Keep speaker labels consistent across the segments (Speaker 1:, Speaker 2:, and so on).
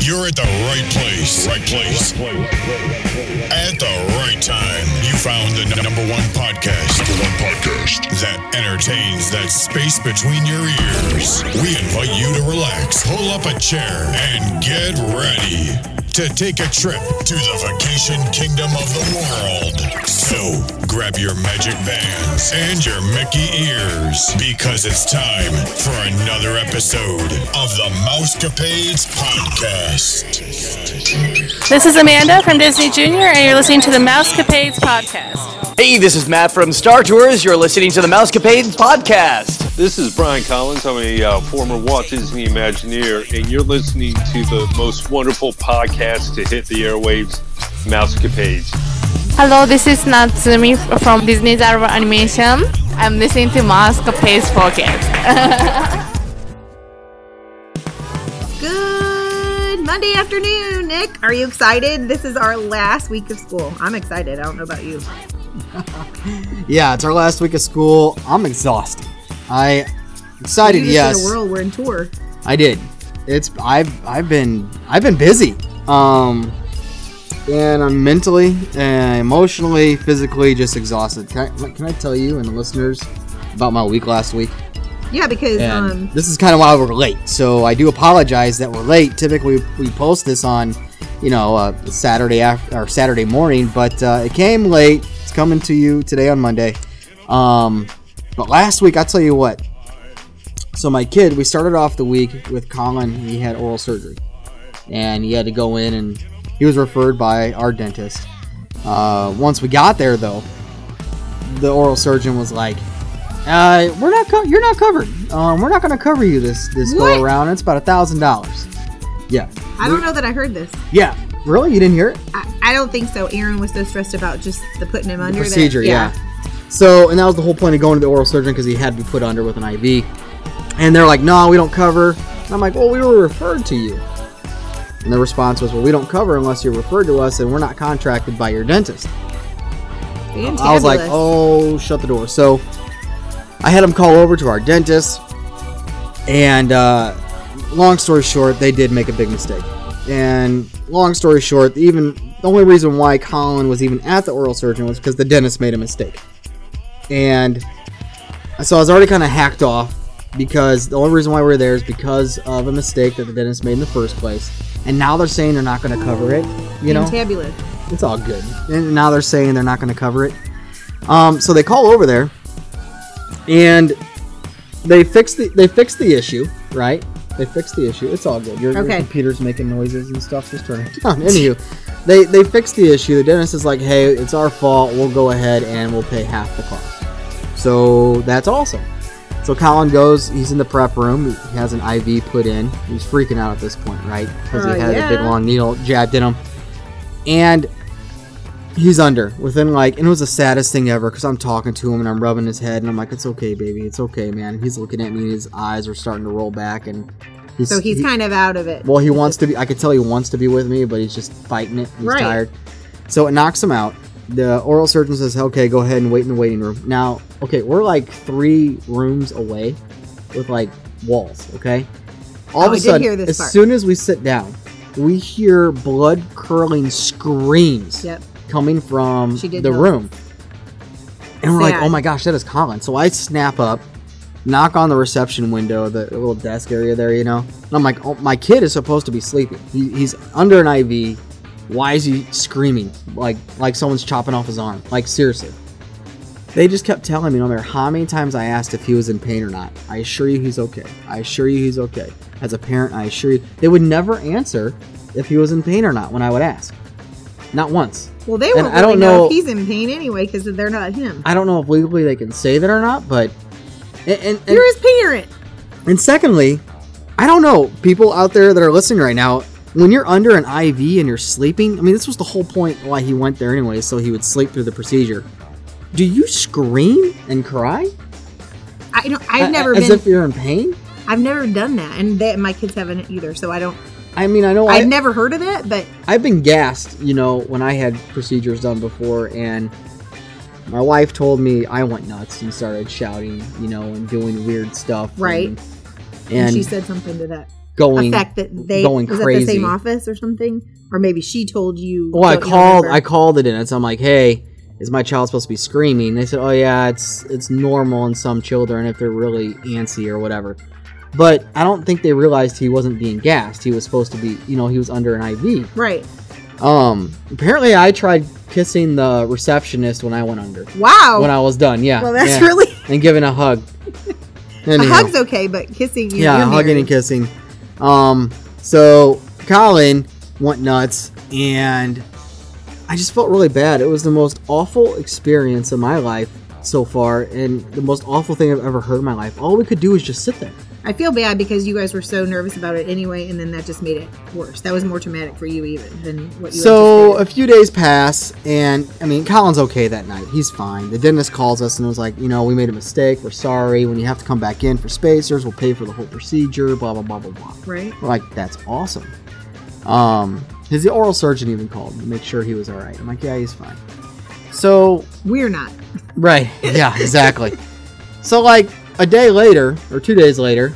Speaker 1: You're at the right place. Right place. At the right time. You found the n- number one podcast. Number one podcast. That entertains that space between your ears. We invite you to relax, pull up a chair, and get ready to take a trip to the vacation kingdom of the world. So grab your magic bands and your Mickey ears because it's time for another episode of the Mousecapades Podcast.
Speaker 2: This is Amanda from Disney Junior, and you're listening to the Mousecapades podcast.
Speaker 3: Hey, this is Matt from Star Tours. You're listening to the Mousecapades podcast.
Speaker 4: This is Brian Collins. I'm a uh, former Walt Disney Imagineer, and you're listening to the most wonderful podcast to hit the airwaves, Mousecapades.
Speaker 5: Hello, this is Natsumi from Disney Zarva Animation. I'm listening to Mask Pace Podcast.
Speaker 6: Good Monday afternoon, Nick. Are you excited? This is our last week of school. I'm excited. I don't know about you.
Speaker 7: Yeah, it's our last week of school. I'm exhausted. I excited.
Speaker 6: you just
Speaker 7: yes,
Speaker 6: did a whirlwind tour.
Speaker 7: I did. It's I've I've been I've been busy. Um, and I'm mentally, and emotionally, physically just exhausted. Can I, can I tell you and the listeners about my week last week?
Speaker 6: Yeah, because
Speaker 7: And
Speaker 6: um,
Speaker 7: this is kind of why we're late. So I do apologize that we're late. Typically, we post this on, you know, uh, Saturday after or Saturday morning, but uh, it came late. It's coming to you today on Monday. Um, but last week, I'll tell you what. So my kid, we started off the week with Colin. He had oral surgery, and he had to go in, and he was referred by our dentist. Uh, once we got there, though, the oral surgeon was like, uh, we're not. Co- you're not covered. Um, we're not going to cover you this this
Speaker 6: What?
Speaker 7: go around. It's about a thousand dollars. Yeah.
Speaker 6: I don't know that I heard this.
Speaker 7: Yeah. Really? You didn't hear it?
Speaker 6: I, I don't think so. Aaron was so stressed about just the putting him under that-
Speaker 7: procedure. yeah. So, and that was the whole point of going to the oral surgeon because he had to be put under with an IV. And they're like, "No, we don't cover." And I'm like, "Well, we were referred to you." And the response was, "Well, we don't cover unless you're referred to us, and we're not contracted by your dentist."
Speaker 6: Fantabulous.
Speaker 7: I was like, oh, shut the door. So I had him call over to our dentist. And uh, long story short, they did make a big mistake. And long story short, even the only reason why Colin was even at the oral surgeon was because the dentist made a mistake. And so I was already kind of hacked off because the only reason why we we're there is because of a mistake that the dentist made in the first place. And now they're saying they're not going to cover it. oh, You know?
Speaker 6: Fantabulous.
Speaker 7: it's all good. And now they're saying they're not going to cover it. Um, so they call over there, and they fix the they fix the issue, right? They fix the issue. It's all good. Your, your
Speaker 6: Okay.
Speaker 7: computer's making noises and stuff. Just turn it down. Anywho, they they fix the issue. The dentist is like, "Hey, it's our fault. We'll go ahead and we'll pay half the cost." So that's awesome. So Colin goes. He's in the prep room. He has an IV put in. He's freaking out at this point, right? Because
Speaker 6: Oh,
Speaker 7: he had
Speaker 6: yeah.
Speaker 7: a big long needle jabbed in him, and he's under within like and it was the saddest thing ever because i'm talking to him and i'm rubbing his head and i'm like it's okay baby it's okay man and he's looking at me and his eyes are starting to roll back and he's,
Speaker 6: So he's
Speaker 7: he-
Speaker 6: kind of out of it.
Speaker 7: well he wants to be i could tell he wants to be with me but he's just fighting it he's
Speaker 6: Right.
Speaker 7: tired so it knocks him out the oral surgeon says okay go ahead and wait in the waiting room now okay we're like three rooms away with like walls okay all
Speaker 6: Oh,
Speaker 7: of
Speaker 6: I
Speaker 7: a
Speaker 6: did
Speaker 7: sudden
Speaker 6: hear this
Speaker 7: as
Speaker 6: part.
Speaker 7: soon as we sit down we hear blood curling screams
Speaker 6: Yep.
Speaker 7: coming from
Speaker 6: She did
Speaker 7: the
Speaker 6: notice.
Speaker 7: room. And we're like,
Speaker 6: Sad.
Speaker 7: oh my gosh, that is Colin. So I snap up, knock on the reception window, the little desk area there, you know. And I'm like, oh, my kid is supposed to be sleeping. He, he's under an IV. Why is he screaming? Like, like someone's chopping off his arm. Like, seriously. They just kept telling me, no matter how many times I asked if he was in pain or not, I assure you he's okay. I assure you he's okay. As a parent, I assure you. They would never answer if he was in pain or not when I would ask. Not once.
Speaker 6: Well, they
Speaker 7: And
Speaker 6: won't really
Speaker 7: I don't
Speaker 6: know,
Speaker 7: know-
Speaker 6: if he's in pain anyway because they're not him.
Speaker 7: I don't know if legally they can say that or not, but and and, and,
Speaker 6: You're his parent.
Speaker 7: and secondly, I don't know people out there that are listening right now. When you're under an IV and you're sleeping, I mean, this was the whole point why he went there anyway, so he would sleep through the procedure. Do you scream and cry?
Speaker 6: I don't, I've
Speaker 7: A-
Speaker 6: never
Speaker 7: as
Speaker 6: been.
Speaker 7: if you're in pain.
Speaker 6: I've never done that, and they, my kids haven't either. So I don't.
Speaker 7: I mean, I know I,
Speaker 6: I've never heard of that, but
Speaker 7: I've been gassed, you know, when I had procedures done before, and my wife told me I went nuts and started shouting, you know, and doing weird stuff.
Speaker 6: Right.
Speaker 7: And,
Speaker 6: and
Speaker 7: and
Speaker 6: she said something to that.
Speaker 7: going
Speaker 6: effect that they
Speaker 7: going
Speaker 6: was
Speaker 7: crazy.
Speaker 6: at the same office or something, or maybe she told you.
Speaker 7: Well, "Oh, I
Speaker 6: don't you
Speaker 7: called.
Speaker 6: remember?
Speaker 7: I called it in. It's I'm like, hey, is my child supposed to be screaming? They said, oh yeah, it's it's normal in some children if they're really antsy or whatever. But I don't think they realized he wasn't being gassed. He was supposed to be, you know, he was under an IV.
Speaker 6: right.
Speaker 7: Um, apparently, I tried kissing the receptionist when I went under.
Speaker 6: Wow.
Speaker 7: When I was done, yeah.
Speaker 6: Oh. well, that's
Speaker 7: yeah.
Speaker 6: really
Speaker 7: And giving a hug.
Speaker 6: a
Speaker 7: Anyhow.
Speaker 6: hug's okay, but kissing you.
Speaker 7: Yeah,
Speaker 6: you're
Speaker 7: hugging
Speaker 6: married.
Speaker 7: and kissing. Um, so Colin went nuts, and I just felt really bad. It was the most awful experience of my life so far, and the most awful thing I've ever heard in my life. All we could do was just sit there.
Speaker 6: I feel bad because you guys were so nervous about it anyway, and then that just made it worse. That was more traumatic for you even than what you.
Speaker 7: So a
Speaker 6: anticipated.
Speaker 7: few days pass, and I mean, Colin's okay that night. He's fine. The dentist calls us and was like, you know, we made a mistake. We're sorry. When you have to come back in for spacers, we'll pay for the whole procedure. Blah blah blah blah blah.
Speaker 6: right?
Speaker 7: We're like, that's awesome. Um, his oral surgeon even called to make sure he was all right. I'm like, yeah, he's fine. So,
Speaker 6: We're not.
Speaker 7: right, yeah, exactly. so, like a day later or two days later,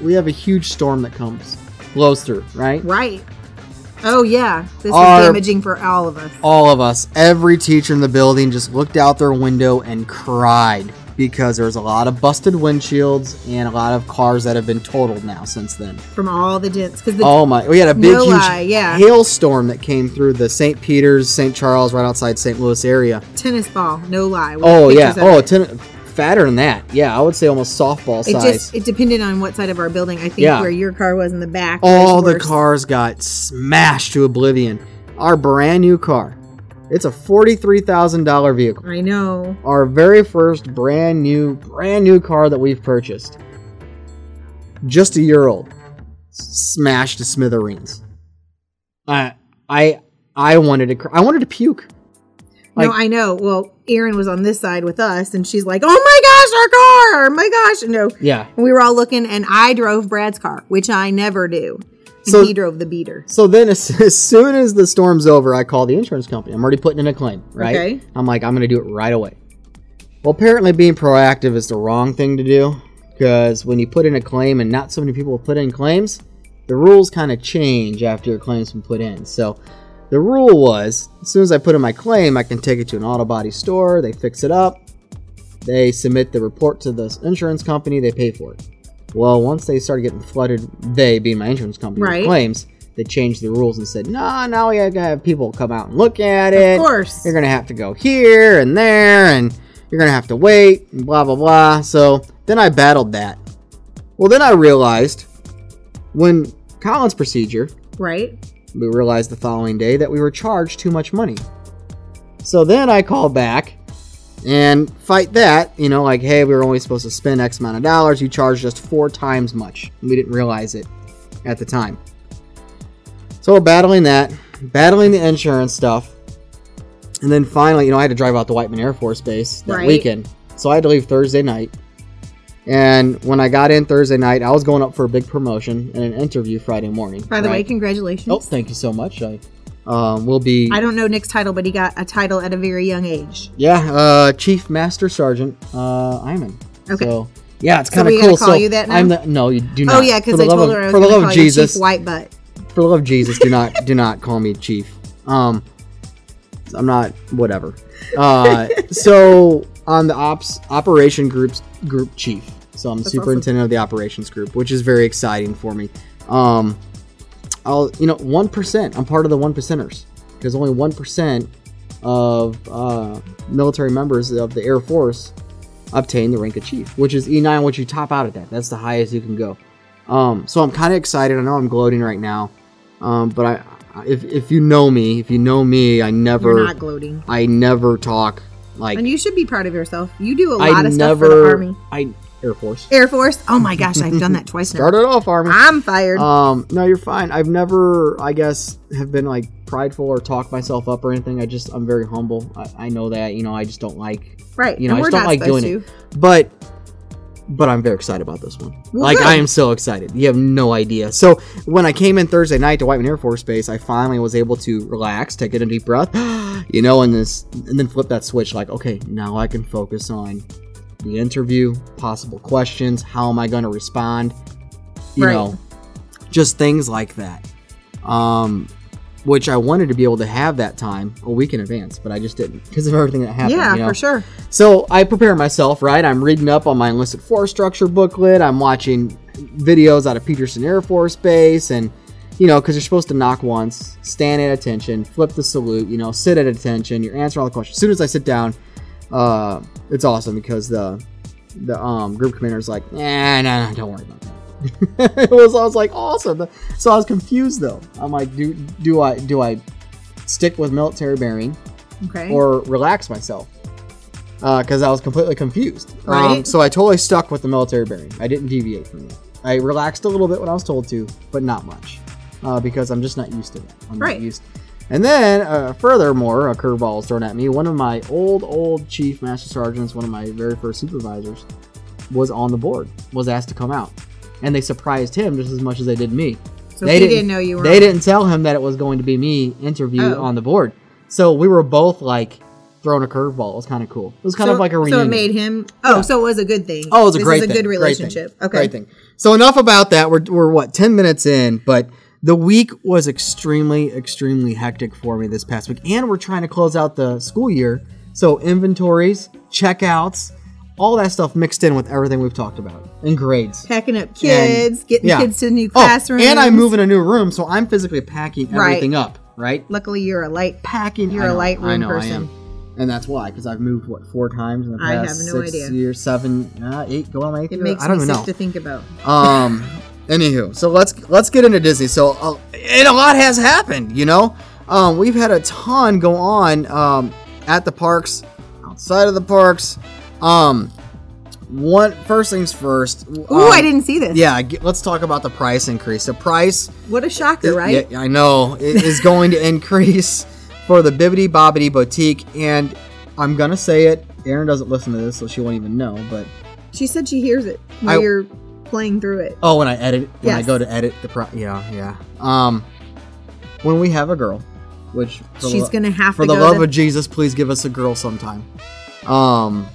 Speaker 7: we have a huge storm that comes, blows through, right?
Speaker 6: Right. Oh yeah, this
Speaker 7: Our-
Speaker 6: is damaging for all of us.
Speaker 7: All of us, every teacher in the building, just looked out their window and cried because there's a lot of busted windshields and a lot of cars that have been totaled now since then.
Speaker 6: from all the dents because the
Speaker 7: Oh my! We had a big,
Speaker 6: No
Speaker 7: huge
Speaker 6: lie, yeah.
Speaker 7: hailstorm that came through the St. Peter's, St. Charles, right outside St. Louis area.
Speaker 6: tennis ball, no lie. we have
Speaker 7: Oh yeah!
Speaker 6: pictures of
Speaker 7: Oh,
Speaker 6: it.
Speaker 7: ten, fatter than that. Yeah, I would say almost softball
Speaker 6: it
Speaker 7: size.
Speaker 6: just it depended on what side of our building. I think
Speaker 7: Yeah.
Speaker 6: where your car was in the back.
Speaker 7: All
Speaker 6: was
Speaker 7: the
Speaker 6: worse.
Speaker 7: cars got smashed to oblivion. Our brand new car. It's a forty-three thousand dollar vehicle.
Speaker 6: I know.
Speaker 7: our very first brand new brand new car that we've purchased just a year old s- smashed to smithereens i i i wanted to cr- i wanted to puke
Speaker 6: no,
Speaker 7: Like-
Speaker 6: I know. Well, Erin was on this side with us, and she's like, "Oh my gosh, our car! Oh my gosh!" No,
Speaker 7: yeah
Speaker 6: we were all looking, and I drove Brad's car, which I never do. And
Speaker 7: So-
Speaker 6: he drove the beater.
Speaker 7: so then as, as soon as the storm's over i call the insurance company i'm already putting in a claim right
Speaker 6: Okay.
Speaker 7: i'm like i'm gonna do it right away well apparently being proactive is the wrong thing to do because when you put in a claim and not so many people put in claims the rules kind of change after your claim's been put in so The rule was as soon as I put in my claim, I can take it to an auto body store, they fix it up, they submit the report to the insurance company, they pay for it. Well, once they started getting flooded, they being my insurance company with
Speaker 6: Right.
Speaker 7: claims, they changed the rules and said, nah, now we gotta have people come out and look at it.
Speaker 6: Of course,
Speaker 7: You're gonna have to go here and there, and you're gonna have to wait, and blah blah blah. So then I battled that. Well, then I realized when Colin's procedure,
Speaker 6: right?
Speaker 7: we realized the following day that we were charged too much money. So then I call back and fight that, you know, like, hey, we were only supposed to spend X amount of dollars. You charged us four times much. We didn't realize it at the time. So we're battling that, battling the insurance stuff. And then finally, you know, I had to drive out to Whiteman Air Force Base that
Speaker 6: Right.
Speaker 7: weekend. So I had to leave Thursday night. And when I got in Thursday night, I was going up for a big promotion and an interview Friday morning.
Speaker 6: By the way,
Speaker 7: right?
Speaker 6: congratulations.
Speaker 7: Oh, thank you so much. I um, will be.
Speaker 6: I don't know Nick's title, but he got a title at a very young age.
Speaker 7: yeah, uh, Chief Master Sergeant uh, Iman.
Speaker 6: Okay.
Speaker 7: So, yeah, it's
Speaker 6: So
Speaker 7: kind of
Speaker 6: we gotta
Speaker 7: cool.
Speaker 6: call
Speaker 7: so
Speaker 6: you that now?
Speaker 7: I'm the no, you do not.
Speaker 6: Oh yeah, because
Speaker 7: For the
Speaker 6: I
Speaker 7: love
Speaker 6: told
Speaker 7: of-
Speaker 6: her I was
Speaker 7: for the
Speaker 6: going to
Speaker 7: love
Speaker 6: call
Speaker 7: of
Speaker 6: you
Speaker 7: Jesus,
Speaker 6: Chief White Butt.
Speaker 7: for the love of Jesus, do not do not call me chief. Um, I'm not whatever. Uh, so I'm the ops operation group's group chief. So I'm the
Speaker 6: That's
Speaker 7: superintendent of the operations group, which is very exciting for me. Um, I'll you know one percent. I'm part of the one percenters because only one percent of uh, military members of the Air Force obtain the rank of chief, which is E9, which you top out at that. That's the highest you can go. Um, so I'm kind of excited. I know I'm gloating right now, um, but I, I- if, if you know me, if you know me, I
Speaker 6: You're
Speaker 7: never,
Speaker 6: not gloating.
Speaker 7: I never talk like
Speaker 6: And you should be proud of yourself. You do a
Speaker 7: I
Speaker 6: lot of stuff
Speaker 7: never,
Speaker 6: for the army.
Speaker 7: I Air Force.
Speaker 6: Air Force. Oh my gosh, I've done that twice now.
Speaker 7: Started off army.
Speaker 6: I'm fired.
Speaker 7: Um, no, you're fine. I've never, I guess, have been like prideful or talk myself up or anything. I just, I'm very humble. I, I know that. You know, I just don't like,
Speaker 6: right.
Speaker 7: you know,
Speaker 6: and
Speaker 7: I
Speaker 6: we're
Speaker 7: just don't
Speaker 6: not
Speaker 7: like doing
Speaker 6: supposed
Speaker 7: it.
Speaker 6: to.
Speaker 7: but, but I'm very excited about this one.
Speaker 6: Well,
Speaker 7: like,
Speaker 6: good.
Speaker 7: I am so excited. You have no idea. So when I came in Thursday night to Whiteman Air Force Base, I finally was able to relax, take in a deep breath, you know, and this, and then flip that switch. Like, okay, now I can focus on the interview, possible questions. How am I going to respond? You
Speaker 6: Right.
Speaker 7: know, just things like that. Um, which I wanted to be able to have that time a week in advance, but I just didn't because of everything that happened.
Speaker 6: Yeah,
Speaker 7: you know?
Speaker 6: for sure.
Speaker 7: So I prepare myself, right? I'm reading up on my enlisted force structure booklet. I'm watching videos out of Peterson Air Force Base, and you know, because you're supposed to knock once, stand at attention, flip the salute, you know, sit at attention. You're answering all the questions. As soon as I sit down, uh, it's awesome because the the um, group commander's like, nah, nah, nah, don't worry about that. it was, I was like, awesome. So I was confused though. I'm like, do do I do I stick with military bearing
Speaker 6: Okay.
Speaker 7: or relax myself because I was completely confused. Um,
Speaker 6: Right.
Speaker 7: so I totally stuck with the military bearing. I didn't deviate from it. I relaxed a little bit when I was told to, but not much uh, because I'm just not used to that. I'm
Speaker 6: Right.
Speaker 7: not used. And then, uh, furthermore, a curveball was thrown at me. One of my old, old chief master sergeants, one of my very first supervisors, was on the board, was asked to come out. And they surprised him just as much as they did me.
Speaker 6: so he didn't, know you were.
Speaker 7: They didn't tell him that it was going to be me interview
Speaker 6: Oh.
Speaker 7: on the board. So we were both like throwing a curveball. It was kind of cool. It was kind
Speaker 6: so,
Speaker 7: of like a
Speaker 6: So
Speaker 7: reunion.
Speaker 6: it made him. Oh, so it was a good thing.
Speaker 7: oh, it was a
Speaker 6: This
Speaker 7: great
Speaker 6: is a
Speaker 7: thing.
Speaker 6: good
Speaker 7: Great thing.
Speaker 6: relationship. Okay.
Speaker 7: Great thing. So enough about that. We're we're what ten minutes in, but the week was extremely extremely hectic for me this past week, and we're trying to close out the school year. So inventories, checkouts, all that stuff mixed in with everything we've talked about and grades.
Speaker 6: Packing up kids, getting
Speaker 7: Yeah.
Speaker 6: kids to new
Speaker 7: Oh,
Speaker 6: classrooms.
Speaker 7: and I move in a new room, so I'm physically packing
Speaker 6: Right.
Speaker 7: everything up, right?
Speaker 6: Luckily, you're a light.
Speaker 7: Packing.
Speaker 6: You're
Speaker 7: I
Speaker 6: a
Speaker 7: know,
Speaker 6: light
Speaker 7: I
Speaker 6: room
Speaker 7: know, I am.
Speaker 6: person.
Speaker 7: And that's why, because I've moved what four times in the
Speaker 6: I have
Speaker 7: past
Speaker 6: no
Speaker 7: six
Speaker 6: idea.
Speaker 7: years, seven, uh, eight, go on my eighth
Speaker 6: It
Speaker 7: year?
Speaker 6: makes
Speaker 7: I don't
Speaker 6: me
Speaker 7: even
Speaker 6: sick
Speaker 7: know.
Speaker 6: to think about.
Speaker 7: Um, anywho, so let's let's get into Disney. So, uh, and a lot has happened. You know, um, we've had a ton go on um, at the parks, outside of the parks. Um, one first things first.
Speaker 6: Ooh,
Speaker 7: um,
Speaker 6: I didn't see this.
Speaker 7: Yeah, I get- let's talk about the price increase. The price
Speaker 6: What a shocker, right?
Speaker 7: yeah, I know. It is going to increase for the Bibbidi Bobbidi Boutique, and I'm gonna say it. Erin doesn't listen to this, so she won't even know. But
Speaker 6: She said she hears it when
Speaker 7: I-
Speaker 6: you're playing through it.
Speaker 7: oh, when I edit, when I
Speaker 6: Yes.
Speaker 7: go to edit the pro, yeah, yeah. Um, when we have a girl, which for
Speaker 6: She's
Speaker 7: lo-
Speaker 6: gonna have
Speaker 7: for
Speaker 6: to
Speaker 7: the
Speaker 6: go
Speaker 7: love
Speaker 6: to-
Speaker 7: of Jesus, please give us a girl sometime. Um,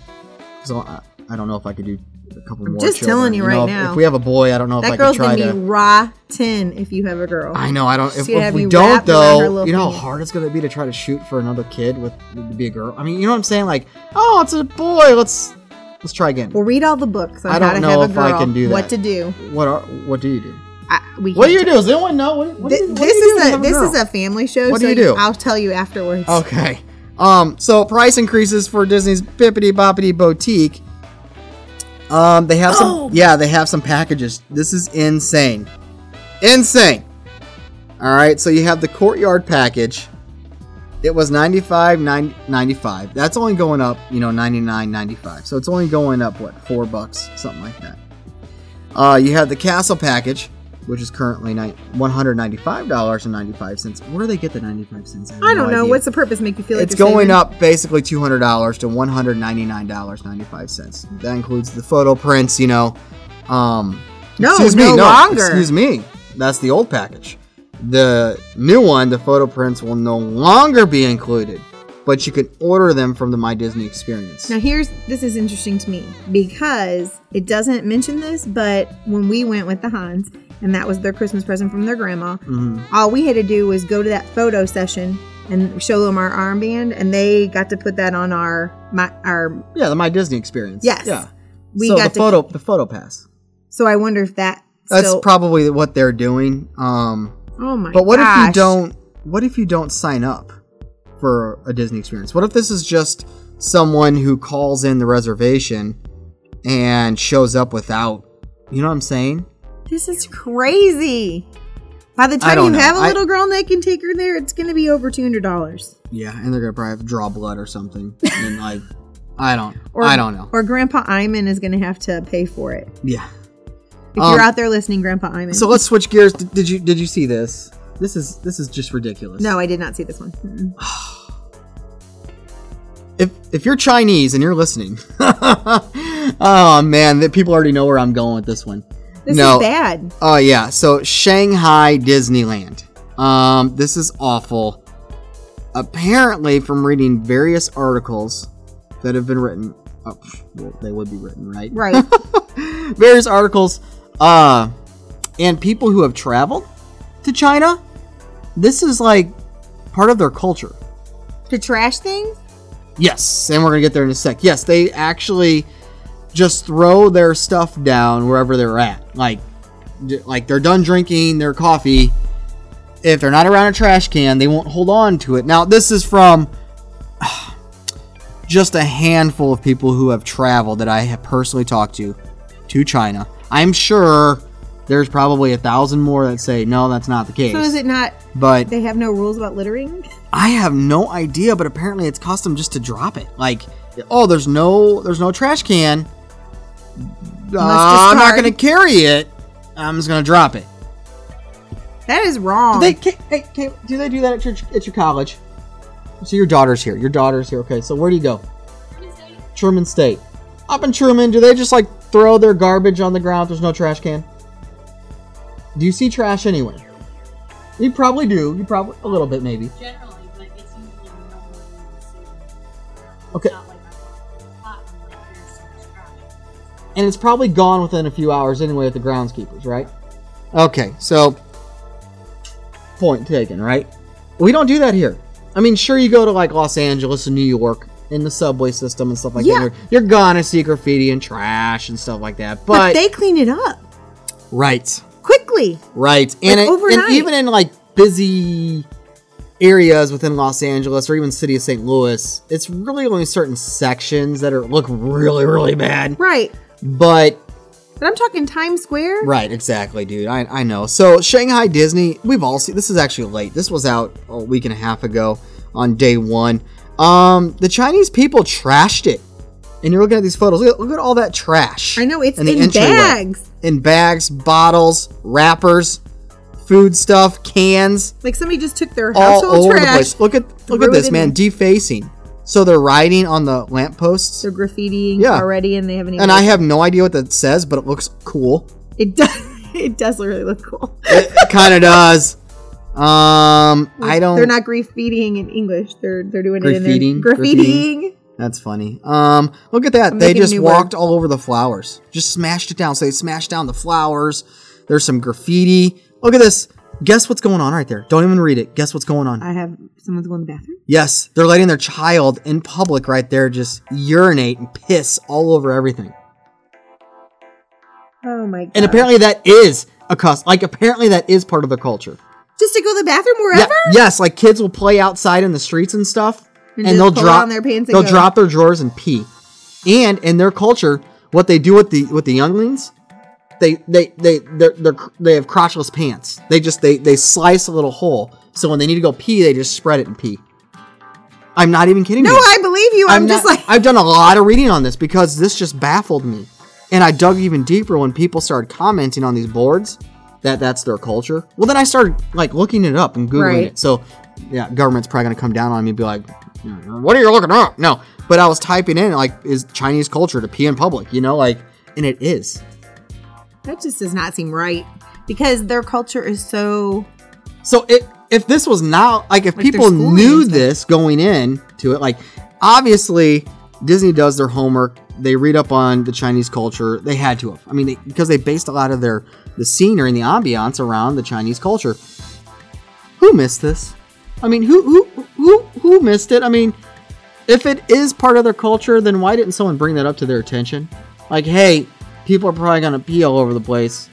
Speaker 7: so I, I don't know if I could do a couple more.
Speaker 6: just
Speaker 7: children.
Speaker 6: telling you right
Speaker 7: know, if-
Speaker 6: now.
Speaker 7: if we have a boy, I don't know if
Speaker 6: that
Speaker 7: I could
Speaker 6: girl's
Speaker 7: try
Speaker 6: gonna be
Speaker 7: to.
Speaker 6: rotten if you have a girl.
Speaker 7: I know. I don't. If,
Speaker 6: She'd
Speaker 7: if
Speaker 6: have
Speaker 7: we
Speaker 6: you
Speaker 7: don't,
Speaker 6: wrapped around her
Speaker 7: though,
Speaker 6: little
Speaker 7: you know how
Speaker 6: finger.
Speaker 7: hard it's gonna be to try to shoot for another kid with to be a girl. I mean, you know what I'm saying? Like, oh, it's a boy. Let's let's try again.
Speaker 6: Well, read all the books on
Speaker 7: I don't
Speaker 6: how to
Speaker 7: know
Speaker 6: have a
Speaker 7: if I
Speaker 6: girl,
Speaker 7: can do that.
Speaker 6: what to do.
Speaker 7: What are what do you do?
Speaker 6: I, we
Speaker 7: What do
Speaker 6: can't
Speaker 7: you do? Does anyone know? What, what do
Speaker 6: Th-
Speaker 7: you- what do
Speaker 6: this
Speaker 7: you do
Speaker 6: is
Speaker 7: when
Speaker 6: a,
Speaker 7: you have
Speaker 6: this
Speaker 7: girl?
Speaker 6: is a family show.
Speaker 7: What do
Speaker 6: so
Speaker 7: you do?
Speaker 6: I'll tell you afterwards.
Speaker 7: Okay. Um, so price increases for Disney's Bippity Boppity Boutique. Um, they have some
Speaker 6: Oh.
Speaker 7: yeah, they have some packages. This is insane. Insane. All right, so you have the courtyard package. It was 95 nine- 95. That's only going up, you know, 99.95. So it's only going up what, 4 bucks, something like that. Uh, you have the castle package, which is currently ni- $195.95. Where do they get the 95 cents? have
Speaker 6: I don't
Speaker 7: no
Speaker 6: know.
Speaker 7: idea
Speaker 6: What's the purpose? Make you feel like
Speaker 7: it's
Speaker 6: you're
Speaker 7: going
Speaker 6: saving?
Speaker 7: up basically two hundred dollars to one hundred ninety nine dollars ninety five cents. That includes the photo prints, you know. Um,
Speaker 6: No,
Speaker 7: excuse me,
Speaker 6: no longer.
Speaker 7: Excuse me, that's the old package. The new one, the photo prints, will no longer be included, but you can order them from the My Disney Experience.
Speaker 6: Now here's this is interesting to me because it doesn't mention this, but when we went with the Hans and that was their Christmas present from their grandma,
Speaker 7: Mm-hmm.
Speaker 6: all we had to do was go to that photo session and show them our armband, and they got to put that on our my our.
Speaker 7: Yeah, the My Disney Experience.
Speaker 6: Yes.
Speaker 7: Yeah.
Speaker 6: We
Speaker 7: so
Speaker 6: got
Speaker 7: the
Speaker 6: to-
Speaker 7: photo, the photo pass.
Speaker 6: So I wonder if that.
Speaker 7: That's
Speaker 6: so,
Speaker 7: probably what they're doing. Um,
Speaker 6: oh my.
Speaker 7: But what if you
Speaker 6: gosh.
Speaker 7: don't? What if you don't sign up for a Disney experience? What if this is just someone who calls in the reservation and shows up without? You know what I'm saying?
Speaker 6: This is crazy. By the time you
Speaker 7: don't know.
Speaker 6: have a
Speaker 7: I-
Speaker 6: little girl and they can take her there, it's going to be over two hundred dollars.
Speaker 7: Yeah, and they're gonna probably have to draw blood or something. and like, I don't, I don't know.
Speaker 6: Or Grandpa Iman is going to have to pay for it.
Speaker 7: yeah.
Speaker 6: If
Speaker 7: Um,
Speaker 6: you're out there listening, Grandpa Iman.
Speaker 7: So let's switch gears. Did did you did you see this? This is this is just ridiculous.
Speaker 6: no, I did not see this one. Mm-mm.
Speaker 7: if if you're Chinese and you're listening, oh man, that people already know where I'm going with this one.
Speaker 6: This
Speaker 7: no,
Speaker 6: is bad.
Speaker 7: Oh yeah, so Shanghai Disneyland. Um, this is awful. Apparently, from reading various articles that have been written, oh, pff, well, they would be written, right?
Speaker 6: Right.
Speaker 7: Various articles, uh, and people who have traveled to China, this is like part of their culture.
Speaker 6: To trash things?
Speaker 7: Yes, and we're gonna get there in a sec. Yes, they actually just throw their stuff down wherever they're at. Like, d- like they're done drinking their coffee. If they're not around a trash can, they won't hold on to it. Now, this is from just a handful of people who have traveled that I have personally talked to to China. I'm sure there's probably a thousand more that say no, that's not the case.
Speaker 6: So is it not?
Speaker 7: but
Speaker 6: They have no rules about littering.
Speaker 7: I have no idea, but apparently it's custom just to drop it. Like, oh, there's no there's no trash can. Uh, I'm not
Speaker 6: discard.
Speaker 7: gonna carry it. I'm just gonna drop it.
Speaker 6: That is wrong.
Speaker 7: They can, hey, can, do they do that at your at your college? So your daughter's here. Your daughter's here. Okay, so where do you go? Truman State. Up in Truman, do they just like throw their garbage on the ground? There's no trash can. Do you see trash anywhere? You probably do. You probably a little bit maybe.
Speaker 8: generally, but it's usually no more than the city.
Speaker 7: Okay.
Speaker 8: Not like a lot, like you're subscribed.
Speaker 7: and it's probably gone within a few hours anyway with the groundskeepers, right? Okay, so point taken, right? We don't do that here. I mean, sure, you go to like Los Angeles and New York in the subway system and stuff like
Speaker 6: Yeah.
Speaker 7: that. You're, you're gonna see graffiti and trash and stuff like that,
Speaker 6: but,
Speaker 7: but,
Speaker 6: they clean it up
Speaker 7: right,
Speaker 6: quickly.
Speaker 7: right, and
Speaker 6: Like,
Speaker 7: it-
Speaker 6: overnight.
Speaker 7: and even in like busy areas within Los Angeles or even city of St. Louis, it's really only certain sections that are look really really bad,
Speaker 6: Right.
Speaker 7: but
Speaker 6: But I'm talking Times Square.
Speaker 7: Right, exactly, dude. I, I know. So Shanghai Disney, we've all seen. This is actually late. This was out a week and a half ago on day one. Um, the Chinese people trashed it, and you're looking at these photos. Look, at- look at all that trash.
Speaker 6: I know it's
Speaker 7: the
Speaker 6: in
Speaker 7: entryway.
Speaker 6: bags.
Speaker 7: in bags, bottles, wrappers, food stuff, cans,
Speaker 6: Like somebody just took their
Speaker 7: all
Speaker 6: household
Speaker 7: over the
Speaker 6: trash.
Speaker 7: place. Look at look
Speaker 6: threw
Speaker 7: at
Speaker 6: it
Speaker 7: this
Speaker 6: in
Speaker 7: man
Speaker 6: the-
Speaker 7: defacing. So they're writing on the lampposts,
Speaker 6: They're graffitiing
Speaker 7: Yeah.
Speaker 6: already, and they haven't. Even
Speaker 7: and I have no idea what that says, but it looks cool.
Speaker 6: It does. It does really look cool.
Speaker 7: it kind of does. Um, I don't.
Speaker 6: They're not graffitiing in English. They're they're doing it
Speaker 7: Graffitiing?
Speaker 6: in their graffititing.
Speaker 7: That's funny. Um, look at that.
Speaker 6: I'm
Speaker 7: they
Speaker 6: making a
Speaker 7: just
Speaker 6: new
Speaker 7: walked all over the flowers. Just smashed it down. So they smashed down the flowers. There's some graffiti. Look at this. Guess what's going on right there? Don't even read it. Guess what's going on?
Speaker 6: I have someone's going to the bathroom.
Speaker 7: yes, they're letting their child in public right there just urinate and piss all over everything.
Speaker 6: Oh my god!
Speaker 7: And apparently that is a cuss. Like apparently that is part of the culture.
Speaker 6: just to go to the bathroom
Speaker 7: Yeah,
Speaker 6: wherever.
Speaker 7: yes, like kids will play outside in the streets and stuff,
Speaker 6: And
Speaker 7: and,
Speaker 6: just
Speaker 7: they'll
Speaker 6: pull
Speaker 7: drop
Speaker 6: down their pants and
Speaker 7: they'll
Speaker 6: go.
Speaker 7: drop their drawers and pee. And in their culture, what they do with the with the younglings, they they they they're, they're, they have crotchless pants. They just they they slice a little hole, so when they need to go pee, they just spread it and pee. I'm not even kidding.
Speaker 6: No,
Speaker 7: you.
Speaker 6: I believe you. I'm, just
Speaker 7: not-
Speaker 6: like
Speaker 7: I've done a lot of reading on this because this just baffled me, and I dug even deeper when people started commenting on these boards that that's their culture. Well, then I started like looking it up and googling
Speaker 6: Right.
Speaker 7: it. So, yeah, government's probably gonna come down on me and be like, "What are you looking up?" No, but I was typing in like, "Is Chinese culture to pee in public?" You know, like, and it is
Speaker 6: that just does not seem right because their culture is so
Speaker 7: So it, if this was now like
Speaker 6: Like
Speaker 7: if
Speaker 6: their
Speaker 7: people
Speaker 6: schooling
Speaker 7: knew
Speaker 6: and stuff.
Speaker 7: this going in to it, like obviously Disney does their homework. They read up on the Chinese culture. They had to have. I mean, they, because they based a lot of their the scenery and the ambiance around the Chinese culture. Who missed this? I mean, who who who who missed it? I mean, if it is part of their culture, then why didn't someone bring that up to their attention? Like, hey, people are probably gonna pee all over the place.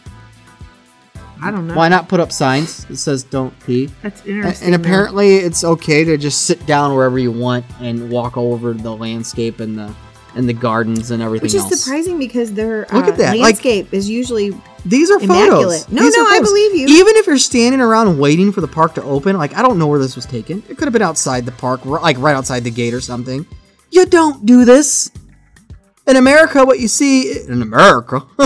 Speaker 6: I don't know.
Speaker 7: Why not put up signs that says "Don't pee"?
Speaker 6: That's
Speaker 7: A-
Speaker 6: interesting.
Speaker 7: And
Speaker 6: though.
Speaker 7: apparently, it's okay to just sit down wherever you want and walk over the landscape and the and the gardens and everything
Speaker 6: which is
Speaker 7: else.
Speaker 6: surprising because their
Speaker 7: Look
Speaker 6: uh,
Speaker 7: at that, like-
Speaker 6: landscape is usually
Speaker 7: These are
Speaker 6: Immaculate.
Speaker 7: photos.
Speaker 6: No,
Speaker 7: These
Speaker 6: no,
Speaker 7: are
Speaker 6: I believe you.
Speaker 7: Even if you're standing around waiting for the park to open, like I don't know where this was taken. It could have been outside the park, r- like right outside the gate or something. You don't do this. In America, what you see in America,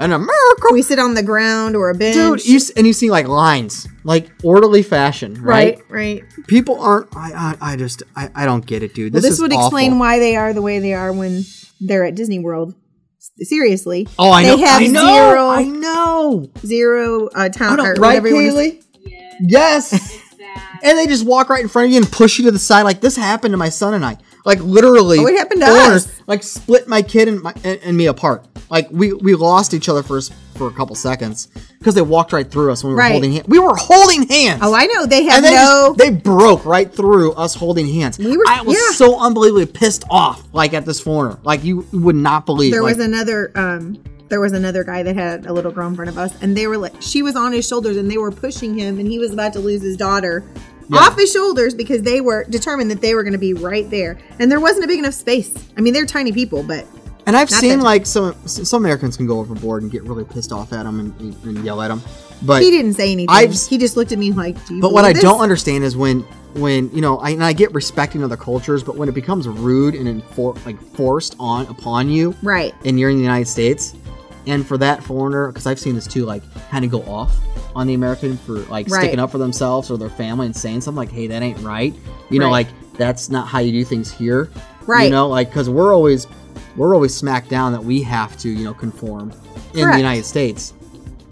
Speaker 7: in America,
Speaker 6: we sit on the ground or a bench.
Speaker 7: dude, you, s- and you see like lines, like orderly fashion, right?
Speaker 6: right, right.
Speaker 7: People aren't. I, I, I just, I, I don't get it, dude.
Speaker 6: Well,
Speaker 7: this
Speaker 6: this,
Speaker 7: is
Speaker 6: would
Speaker 7: awful.
Speaker 6: explain why they are the way they are when they're at Disney World. S- Seriously.
Speaker 7: Oh, I know.
Speaker 6: They have
Speaker 7: I know.
Speaker 6: zero-
Speaker 7: I know.
Speaker 6: Zero uh,
Speaker 7: I
Speaker 6: town
Speaker 7: know.
Speaker 6: or
Speaker 7: Right,
Speaker 6: whatever you wanna say.
Speaker 7: Kaylee? Yes. and they just walk right in front of you and push you to the side like this happened to my son and I. Like literally,
Speaker 6: Oh, it happened to us.
Speaker 7: Like split my kid and my and, and me apart. Like we we lost each other for s- for a couple seconds because they walked right through us when we were
Speaker 6: Right.
Speaker 7: holding hands. We were holding hands.
Speaker 6: Oh, I know. They have
Speaker 7: And they,
Speaker 6: no.
Speaker 7: just, they broke right through us holding hands.
Speaker 6: We were-
Speaker 7: I was
Speaker 6: yeah.
Speaker 7: so unbelievably pissed off, like at this foreigner. Like you would not believe.
Speaker 6: there
Speaker 7: like,
Speaker 6: was another. Um, there was another guy that had a little girl in front of us, and they were like, she was on his shoulders, and they were pushing him, and he was about to lose his daughter off his shoulders because they were determined that they were going to be right there, and there wasn't a big enough space. I mean, they're tiny people, but
Speaker 7: And I've
Speaker 6: Not
Speaker 7: seen
Speaker 6: that-
Speaker 7: like some some Americans can go overboard and get really pissed off at them and, and, and yell at them, but
Speaker 6: he didn't say anything.
Speaker 7: I've-
Speaker 6: he just looked at me like, Do you
Speaker 7: but what I
Speaker 6: believe
Speaker 7: don't
Speaker 6: this?"
Speaker 7: understand is when when you know I, and I get respecting other cultures, but when it becomes rude and enfor- like forced on upon you,
Speaker 6: right?
Speaker 7: and you're in the United States, and for that foreigner, because I've seen this too, like kind of go off on the American for like
Speaker 6: Right.
Speaker 7: sticking up for themselves or their family and saying something like, "Hey, that ain't right," you know,
Speaker 6: Right.
Speaker 7: like that's not how you do things here, You
Speaker 6: Right.
Speaker 7: know, like because we're always we're always smacked down that we have to you know conform in the
Speaker 6: Correct.
Speaker 7: United States.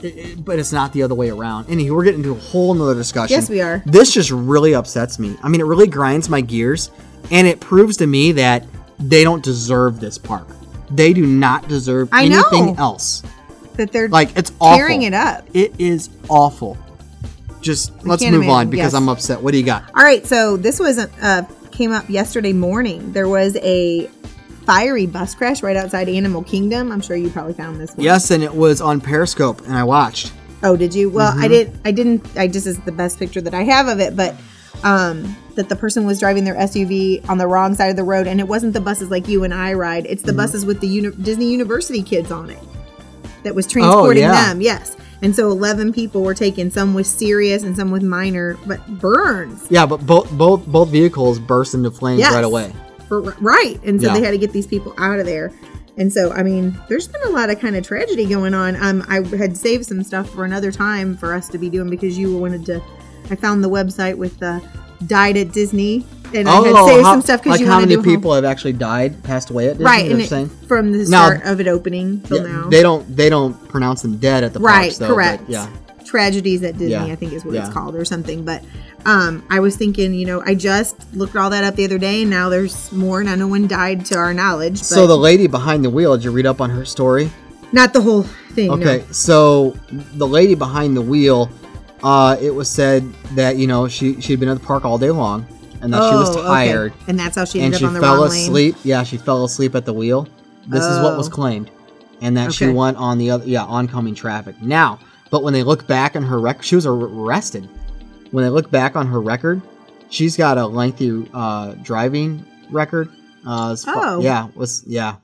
Speaker 7: It- it- but it's not the other way around. Anyway, we're getting into a whole nother discussion.
Speaker 6: Yes, we are.
Speaker 7: This just really upsets me. I mean, it really grinds my gears, and it proves to me that they don't deserve this park. They do not deserve
Speaker 6: I know.
Speaker 7: anything else.
Speaker 6: That they're
Speaker 7: Like it's awful.
Speaker 6: tearing it up.
Speaker 7: It is awful. Just let's
Speaker 6: can't
Speaker 7: move on
Speaker 6: imagine,
Speaker 7: because
Speaker 6: yes.
Speaker 7: I'm upset. What do you got?
Speaker 6: All right, so this was uh, came up yesterday morning. There was a fiery bus crash right outside Animal Kingdom. I'm sure you probably found this one.
Speaker 7: Yes, and it was on Periscope, and I watched.
Speaker 6: Oh, did you? Well, I did. I didn't. I just is the best picture that I have of it, but um, that the person was driving their SUV on the wrong side of the road, and it wasn't the buses like you and I ride. It's the buses with the uni- Disney University kids on it that was transporting
Speaker 7: yeah.
Speaker 6: them. Yes, and so 11 people were taken. Some with serious and some with minor, but burns.
Speaker 7: Yeah, but both both both vehicles burst into flames
Speaker 6: Yes.
Speaker 7: right away.
Speaker 6: for right and so
Speaker 7: Yeah.
Speaker 6: they had to get these people out of there and so i mean there's been a lot of kind of tragedy going on um i had saved some stuff for another time for us to be doing because you wanted to i found the website with the died at disney and i had saved
Speaker 7: Oh, how-
Speaker 6: some stuff because
Speaker 7: like
Speaker 6: you
Speaker 7: how
Speaker 6: wanted
Speaker 7: many
Speaker 6: to do a
Speaker 7: people have actually died, passed away at
Speaker 6: whole,
Speaker 7: Disney?
Speaker 6: right
Speaker 7: you're
Speaker 6: and
Speaker 7: saying?
Speaker 6: it, from the
Speaker 7: Now-
Speaker 6: start of it opening till
Speaker 7: Yeah,
Speaker 6: now
Speaker 7: They don't they don't pronounce them dead at the
Speaker 6: Right,
Speaker 7: parks, though, but
Speaker 6: correct.
Speaker 7: yeah,
Speaker 6: tragedies at Disney,
Speaker 7: Yeah.
Speaker 6: I think is what
Speaker 7: Yeah.
Speaker 6: it's called or something. But um, I was thinking, you know, I just looked all that up the other day, and now there's more, and I know one died to our knowledge. But
Speaker 7: So the lady behind the wheel, did you read up on her story?
Speaker 6: not the whole thing. no.
Speaker 7: Okay, so the lady behind the wheel, uh, it was said that you know she she'd been at the park all day long and that she was
Speaker 6: Oh, okay.
Speaker 7: tired
Speaker 6: And that's how she
Speaker 7: and
Speaker 6: ended
Speaker 7: she
Speaker 6: up on the
Speaker 7: fell
Speaker 6: wrong lane.
Speaker 7: asleep. Yeah, she fell asleep at the wheel. This is what was
Speaker 6: Oh.
Speaker 7: claimed, and that she
Speaker 6: Okay.
Speaker 7: went on the other yeah oncoming traffic. Now, but when they look back on her record, she was ar- arrested. When they look back on her record, she's got a lengthy uh, driving record. Uh, as far-
Speaker 6: Oh.
Speaker 7: yeah, was yeah,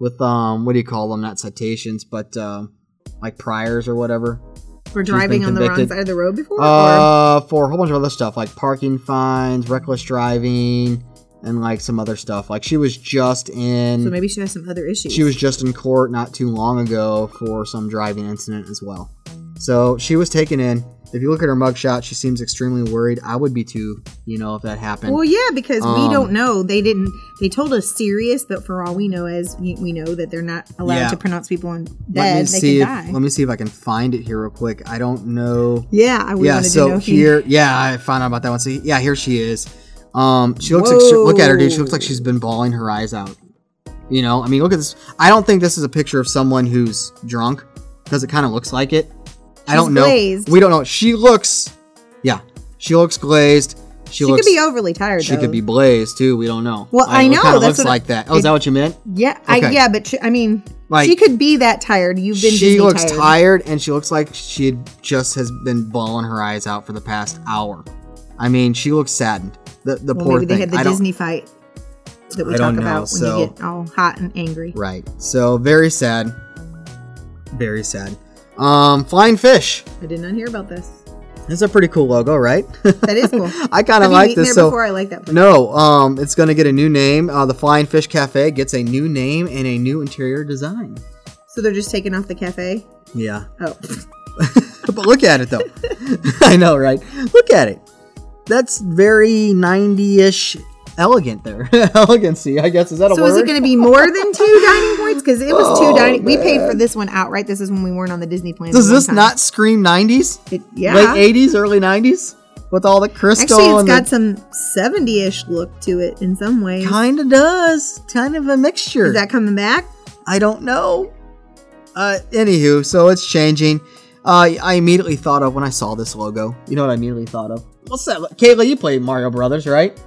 Speaker 7: with um, what do you call them? Not citations, but um, like priors or whatever.
Speaker 6: For
Speaker 7: been
Speaker 6: driving on the wrong
Speaker 7: convicted.
Speaker 6: side of the road before? or
Speaker 7: Uh, for a whole bunch of other stuff like parking fines, reckless driving, and like some other stuff. Like she was just in,
Speaker 6: so maybe she has some other issues.
Speaker 7: she was just in court not too long ago for some driving incident as well. So she was taken in. If you look at her mugshot, she seems extremely worried. I would be too, you know, if that happened.
Speaker 6: Well, yeah, because
Speaker 7: Um,
Speaker 6: we don't know. They didn't. They told us serious, but for all we know, as we we know that they're not allowed
Speaker 7: Yeah.
Speaker 6: to pronounce people in
Speaker 7: let me
Speaker 6: dead, they
Speaker 7: see.
Speaker 6: can
Speaker 7: If,
Speaker 6: die.
Speaker 7: let me see if I can find it here real quick. I don't know.
Speaker 6: yeah, I we
Speaker 7: yeah,
Speaker 6: wanted
Speaker 7: so
Speaker 6: to know if you-
Speaker 7: here, yeah, I found out about that one. So yeah, here she is. Um, she looks like she, look at her, dude. She looks like she's been bawling her eyes out. You know, I mean, look at this. I don't think this is a picture of someone who's drunk because it kind of looks like it. I
Speaker 6: She's
Speaker 7: don't know.
Speaker 6: glazed.
Speaker 7: We don't know. She looks, yeah, she looks glazed. She,
Speaker 6: she
Speaker 7: looks.
Speaker 6: could be overly tired.
Speaker 7: she
Speaker 6: though.
Speaker 7: could be blazed too. We don't know.
Speaker 6: Well, I
Speaker 7: it
Speaker 6: know,
Speaker 7: kinda
Speaker 6: that's
Speaker 7: looks
Speaker 6: what I-
Speaker 7: like that. Oh, is
Speaker 6: it-
Speaker 7: that what you meant?
Speaker 6: Yeah, I,
Speaker 7: Okay.
Speaker 6: yeah, but she, I mean,
Speaker 7: Like-
Speaker 6: she could be that tired. You've been.
Speaker 7: she
Speaker 6: Disney
Speaker 7: looks
Speaker 6: tired.
Speaker 7: tired and she looks like she just has been bawling her eyes out for the past hour. I mean, she looks saddened. The the
Speaker 6: Well,
Speaker 7: poor
Speaker 6: maybe
Speaker 7: thing.
Speaker 6: they had the
Speaker 7: I don't-
Speaker 6: Disney fight that we
Speaker 7: I
Speaker 6: talk
Speaker 7: don't know,
Speaker 6: about when
Speaker 7: so-
Speaker 6: you get all hot and angry.
Speaker 7: Right. So very sad. Very sad. Um, flying fish.
Speaker 6: I did not hear about this.
Speaker 7: That's a pretty cool logo, right?
Speaker 6: That is cool.
Speaker 7: I kind
Speaker 6: Have
Speaker 7: of
Speaker 6: you
Speaker 7: like
Speaker 6: eaten
Speaker 7: this.
Speaker 6: there
Speaker 7: So
Speaker 6: before? I like that. place.
Speaker 7: no, um, it's going to get a new name. Uh, the Flying Fish Cafe gets a new name and a new interior design.
Speaker 6: So they're just taking off the cafe.
Speaker 7: Yeah.
Speaker 6: Oh,
Speaker 7: but look at it though. I know, right? Look at it. That's very 90-ish elegant there. Elegancy, I guess. Is that a
Speaker 6: so
Speaker 7: word?
Speaker 6: is it going to be more than two dining points? Because it was
Speaker 7: Oh,
Speaker 6: two dining. We paid for this one outright. This is when we weren't on the Disney plan.
Speaker 7: Does this not scream 90s?
Speaker 6: It, yeah.
Speaker 7: Late 80s, early 90s? with all the crystal.
Speaker 6: Actually, it's
Speaker 7: and
Speaker 6: got
Speaker 7: the,
Speaker 6: some 70-ish look to it in some ways.
Speaker 7: kind of does, kind of a mixture.
Speaker 6: Is that coming back?
Speaker 7: I don't know. Uh, anywho, so it's changing. Uh, I immediately thought of when I saw this logo. You know what I immediately thought of? What's that? Kayla, you played Mario Brothers, right?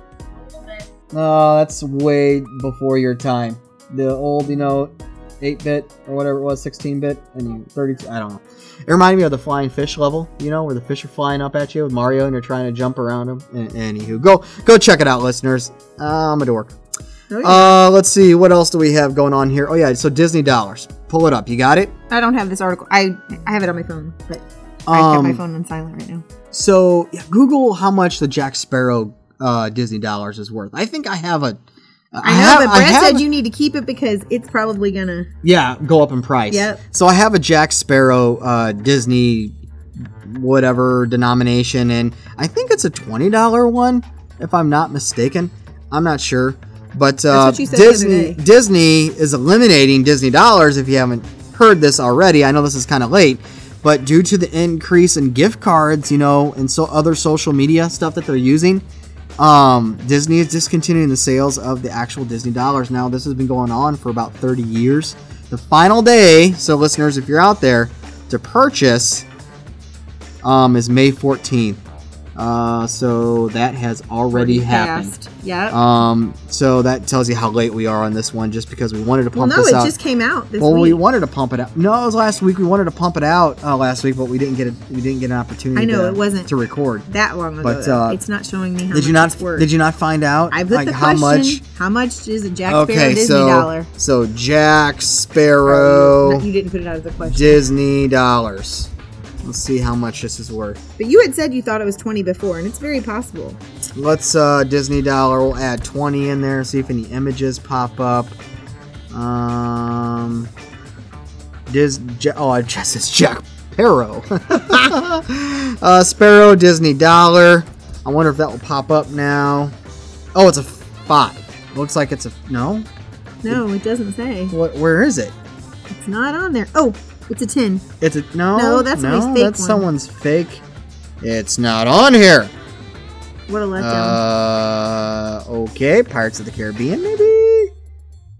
Speaker 7: Oh, that's way before your time. The old, you know, 8 bit or whatever it was, 16 bit, and you 32. I don't know. It reminded me of the flying fish level, you know, where the fish are flying up at you with Mario and you're trying to jump around them. A- Anywho, go go check it out, listeners. I'm a dork.
Speaker 6: Oh, yeah.
Speaker 7: Uh, let's see. What else do we have going on here? Oh yeah, so Disney dollars. Pull it up. You got it.
Speaker 6: I don't have this article. I I have it on my phone, but I kept my
Speaker 7: Um,
Speaker 6: phone on silent right now.
Speaker 7: So yeah, Google how much the Jack Sparrow uh, Disney dollars is worth. I think I have a.
Speaker 6: I know,
Speaker 7: have-
Speaker 6: but Brad
Speaker 7: have
Speaker 6: said
Speaker 7: a-
Speaker 6: you need to keep it because it's probably gonna.
Speaker 7: Yeah, go up in price.
Speaker 6: Yep.
Speaker 7: So I have a Jack Sparrow uh, Disney whatever denomination, and I think it's a twenty dollar one, if I'm not mistaken. I'm not sure, but uh,
Speaker 6: what you said the other
Speaker 7: Disney
Speaker 6: day.
Speaker 7: Disney is eliminating Disney dollars. If you haven't heard this already, I know this is kind of late, but due to the increase in gift cards, you know, and so other social media stuff that they're using. Um, Disney is discontinuing the sales of the actual Disney dollars. Now, this has been going on for about 30 years. The final day, so listeners, if you're out there to purchase, um, is May 14th. Uh, so that has already happened.
Speaker 6: Yeah.
Speaker 7: Um, so that tells you how late we are on this one, just because we wanted to
Speaker 6: well,
Speaker 7: pump
Speaker 6: no,
Speaker 7: this
Speaker 6: it
Speaker 7: out.
Speaker 6: just came out this
Speaker 7: well, we
Speaker 6: week.
Speaker 7: wanted to pump it out. No, it was last week. We wanted to pump it out uh, last week, but we didn't get a, we didn't get an opportunity.
Speaker 6: I know,
Speaker 7: to-
Speaker 6: it wasn't-
Speaker 7: to record.
Speaker 6: that long ago.
Speaker 7: But,
Speaker 6: though.
Speaker 7: uh,
Speaker 6: it's not showing me how
Speaker 7: Did
Speaker 6: much
Speaker 7: you not?
Speaker 6: it's worth.
Speaker 7: Did you not find out?
Speaker 6: I put
Speaker 7: like
Speaker 6: the
Speaker 7: how
Speaker 6: question.
Speaker 7: much?
Speaker 6: How much is a Jack Sparrow
Speaker 7: okay,
Speaker 6: Disney
Speaker 7: so
Speaker 6: dollar?
Speaker 7: so Jack
Speaker 6: No,
Speaker 7: Sparrow
Speaker 6: you didn't put it out of the question.
Speaker 7: Disney dollars. Let's see how much this is worth.
Speaker 6: but you had said you thought it was twenty before, and it's very possible.
Speaker 7: Let's uh Disney dollar. We'll add twenty in there. See if any images pop up. Um, Dis. Ja- oh, I just it's Jack Sparrow. uh, Sparrow Disney dollar. I wonder if that will pop up now. Oh, it's a five. Looks like it's a no.
Speaker 6: No, it doesn't say.
Speaker 7: What? Where is it?
Speaker 6: It's not on there. Oh, it's a ten.
Speaker 7: It's a no.
Speaker 6: No, that's
Speaker 7: no,
Speaker 6: my fake
Speaker 7: that's
Speaker 6: one.
Speaker 7: someone's fake. It's not on here.
Speaker 6: What a letdown.
Speaker 7: Uh, okay, Pirates of the Caribbean, maybe.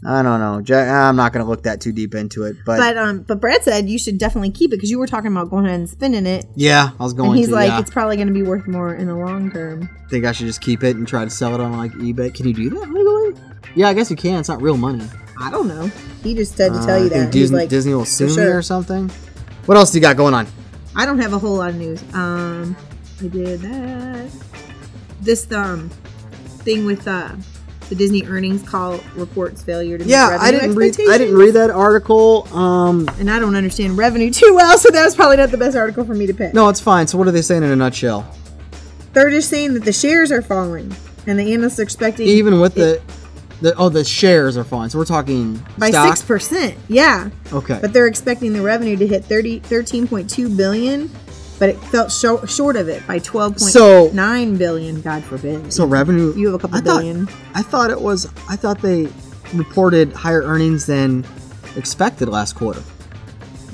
Speaker 7: I don't know. Ja- I'm not gonna look that too deep into it, but,
Speaker 6: but um, but Brad said you should definitely keep it because you were talking about going ahead and spending it,
Speaker 7: yeah, I was going.
Speaker 6: and he's
Speaker 7: to,
Speaker 6: like,
Speaker 7: yeah.
Speaker 6: it's probably going to be worth more in the long term.
Speaker 7: think I should just keep it and try to sell it on like eBay. Can you do that legally? Yeah, I guess you can. It's not real money.
Speaker 6: I don't know. He just said to
Speaker 7: Uh,
Speaker 6: tell
Speaker 7: I
Speaker 6: you
Speaker 7: think
Speaker 6: that. He's
Speaker 7: Disney,
Speaker 6: like,
Speaker 7: Disney will sue me
Speaker 6: sure.
Speaker 7: or something. What else do you got going on?
Speaker 6: I don't have a whole lot of news. Um, I did that. This um thing with uh the Disney earnings call reports failure to meet
Speaker 7: Yeah,
Speaker 6: revenue
Speaker 7: I didn't read. I didn't
Speaker 6: expectations.
Speaker 7: read that article. Um,
Speaker 6: and I don't understand revenue too well, so that was probably not the best article for me to pick.
Speaker 7: no, it's fine. So what are they saying in a nutshell?
Speaker 6: They're just saying that the shares are falling, and the analysts are expecting
Speaker 7: even with the, the oh the shares are fine. So we're talking
Speaker 6: by
Speaker 7: stock.
Speaker 6: six percent. Yeah,
Speaker 7: okay.
Speaker 6: but they're expecting the revenue to hit 30, 13.2 billion, but it fell shor- short of it by twelve point
Speaker 7: So-
Speaker 6: nine billion. God forbid.
Speaker 7: so revenue.
Speaker 6: you have a couple
Speaker 7: I thought,
Speaker 6: billion.
Speaker 7: I thought it was. I thought they reported higher earnings than expected last quarter.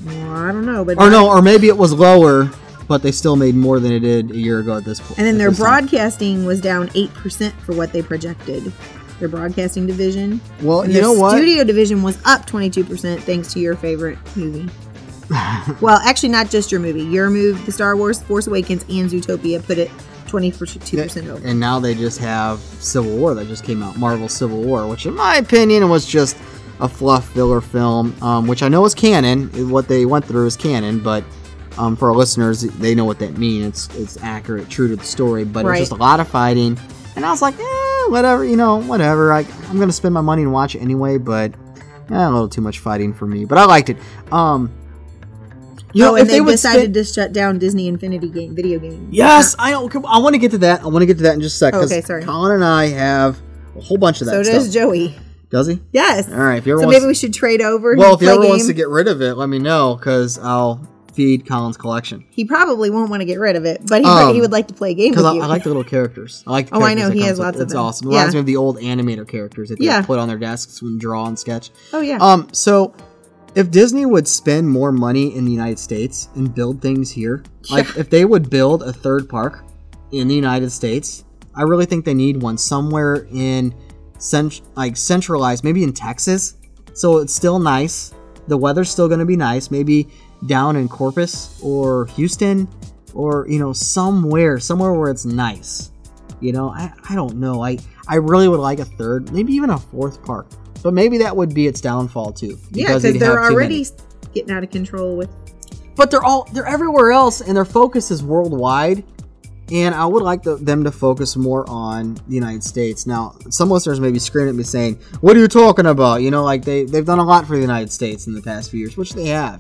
Speaker 6: Well, I don't know, but
Speaker 7: Or no, or maybe it was lower, but they still made more than it did a year ago at this point.
Speaker 6: And then
Speaker 7: at
Speaker 6: their
Speaker 7: this time.
Speaker 6: broadcasting was down eight percent for what they projected. Their broadcasting division.
Speaker 7: Well,
Speaker 6: And
Speaker 7: you
Speaker 6: their
Speaker 7: know what?
Speaker 6: Studio division was up twenty two percent thanks to your favorite movie. well, actually, not just your movie. Your movie, the Star Wars: Force Awakens, and Zootopia put it twenty two percent over.
Speaker 7: and now they just have Civil War that just came out, Marvel Civil War, which in my opinion was just a fluff filler film, um, which I know is canon. What they went through is canon, but um, for our listeners, they know what that means. It's it's accurate, true to the story, but
Speaker 6: Right.
Speaker 7: it's just a lot of fighting. And I was like, eh, whatever, you know, whatever. I, I'm gonna spend my money and watch it anyway, but eh, a little too much fighting for me. But I liked it. Um, you know,
Speaker 6: oh, and
Speaker 7: if
Speaker 6: they,
Speaker 7: they would
Speaker 6: decided
Speaker 7: spend-
Speaker 6: to shut down Disney Infinity game video game.
Speaker 7: Yes, I don't. I want to get to that. I want to get to that in just a sec. 'cause
Speaker 6: Okay, sorry.
Speaker 7: Colin and I have a whole bunch of that
Speaker 6: So
Speaker 7: stuff.
Speaker 6: does Joey.
Speaker 7: does he?
Speaker 6: Yes.
Speaker 7: All right. If you ever
Speaker 6: So
Speaker 7: wants,
Speaker 6: maybe we should trade over. and
Speaker 7: well, if he ever
Speaker 6: play
Speaker 7: wants to
Speaker 6: game.
Speaker 7: get rid of it, let me know because I'll feed Colin's collection.
Speaker 6: he probably won't want to get rid of it, but he,
Speaker 7: Um,
Speaker 6: he would like to play a game with
Speaker 7: Because I,
Speaker 6: you.
Speaker 7: I like the little characters. I like. The
Speaker 6: Oh, I
Speaker 7: characters
Speaker 6: know,
Speaker 7: that
Speaker 6: he
Speaker 7: comes
Speaker 6: has
Speaker 7: with
Speaker 6: lots
Speaker 7: it.
Speaker 6: of
Speaker 7: It's
Speaker 6: them.
Speaker 7: awesome. It reminds
Speaker 6: Yeah.
Speaker 7: me of the old animator characters that they
Speaker 6: Yeah.
Speaker 7: put on their desks and draw and sketch.
Speaker 6: oh yeah.
Speaker 7: Um, so if Disney would spend more money in the United States and build things here, like if they would build a third park, in the United States. I really think they need one somewhere in cent- like centralized, maybe in Texas. So it's still nice. The weather's still going to be nice. Maybe down in Corpus or Houston or you know somewhere, somewhere where it's nice. You know, I, I don't know. I I really would like a third, maybe even a fourth park. But maybe that would be its downfall too.
Speaker 6: Yeah, because
Speaker 7: you'd
Speaker 6: they're
Speaker 7: have too
Speaker 6: already
Speaker 7: many.
Speaker 6: getting out of control with.
Speaker 7: But they're all they're everywhere else, and their focus is worldwide. And I would like the, them to focus more on the United States. Now, some listeners may be screaming at me saying, "What are you talking about?" You know, like they they've done a lot for the United States in the past few years, which they have.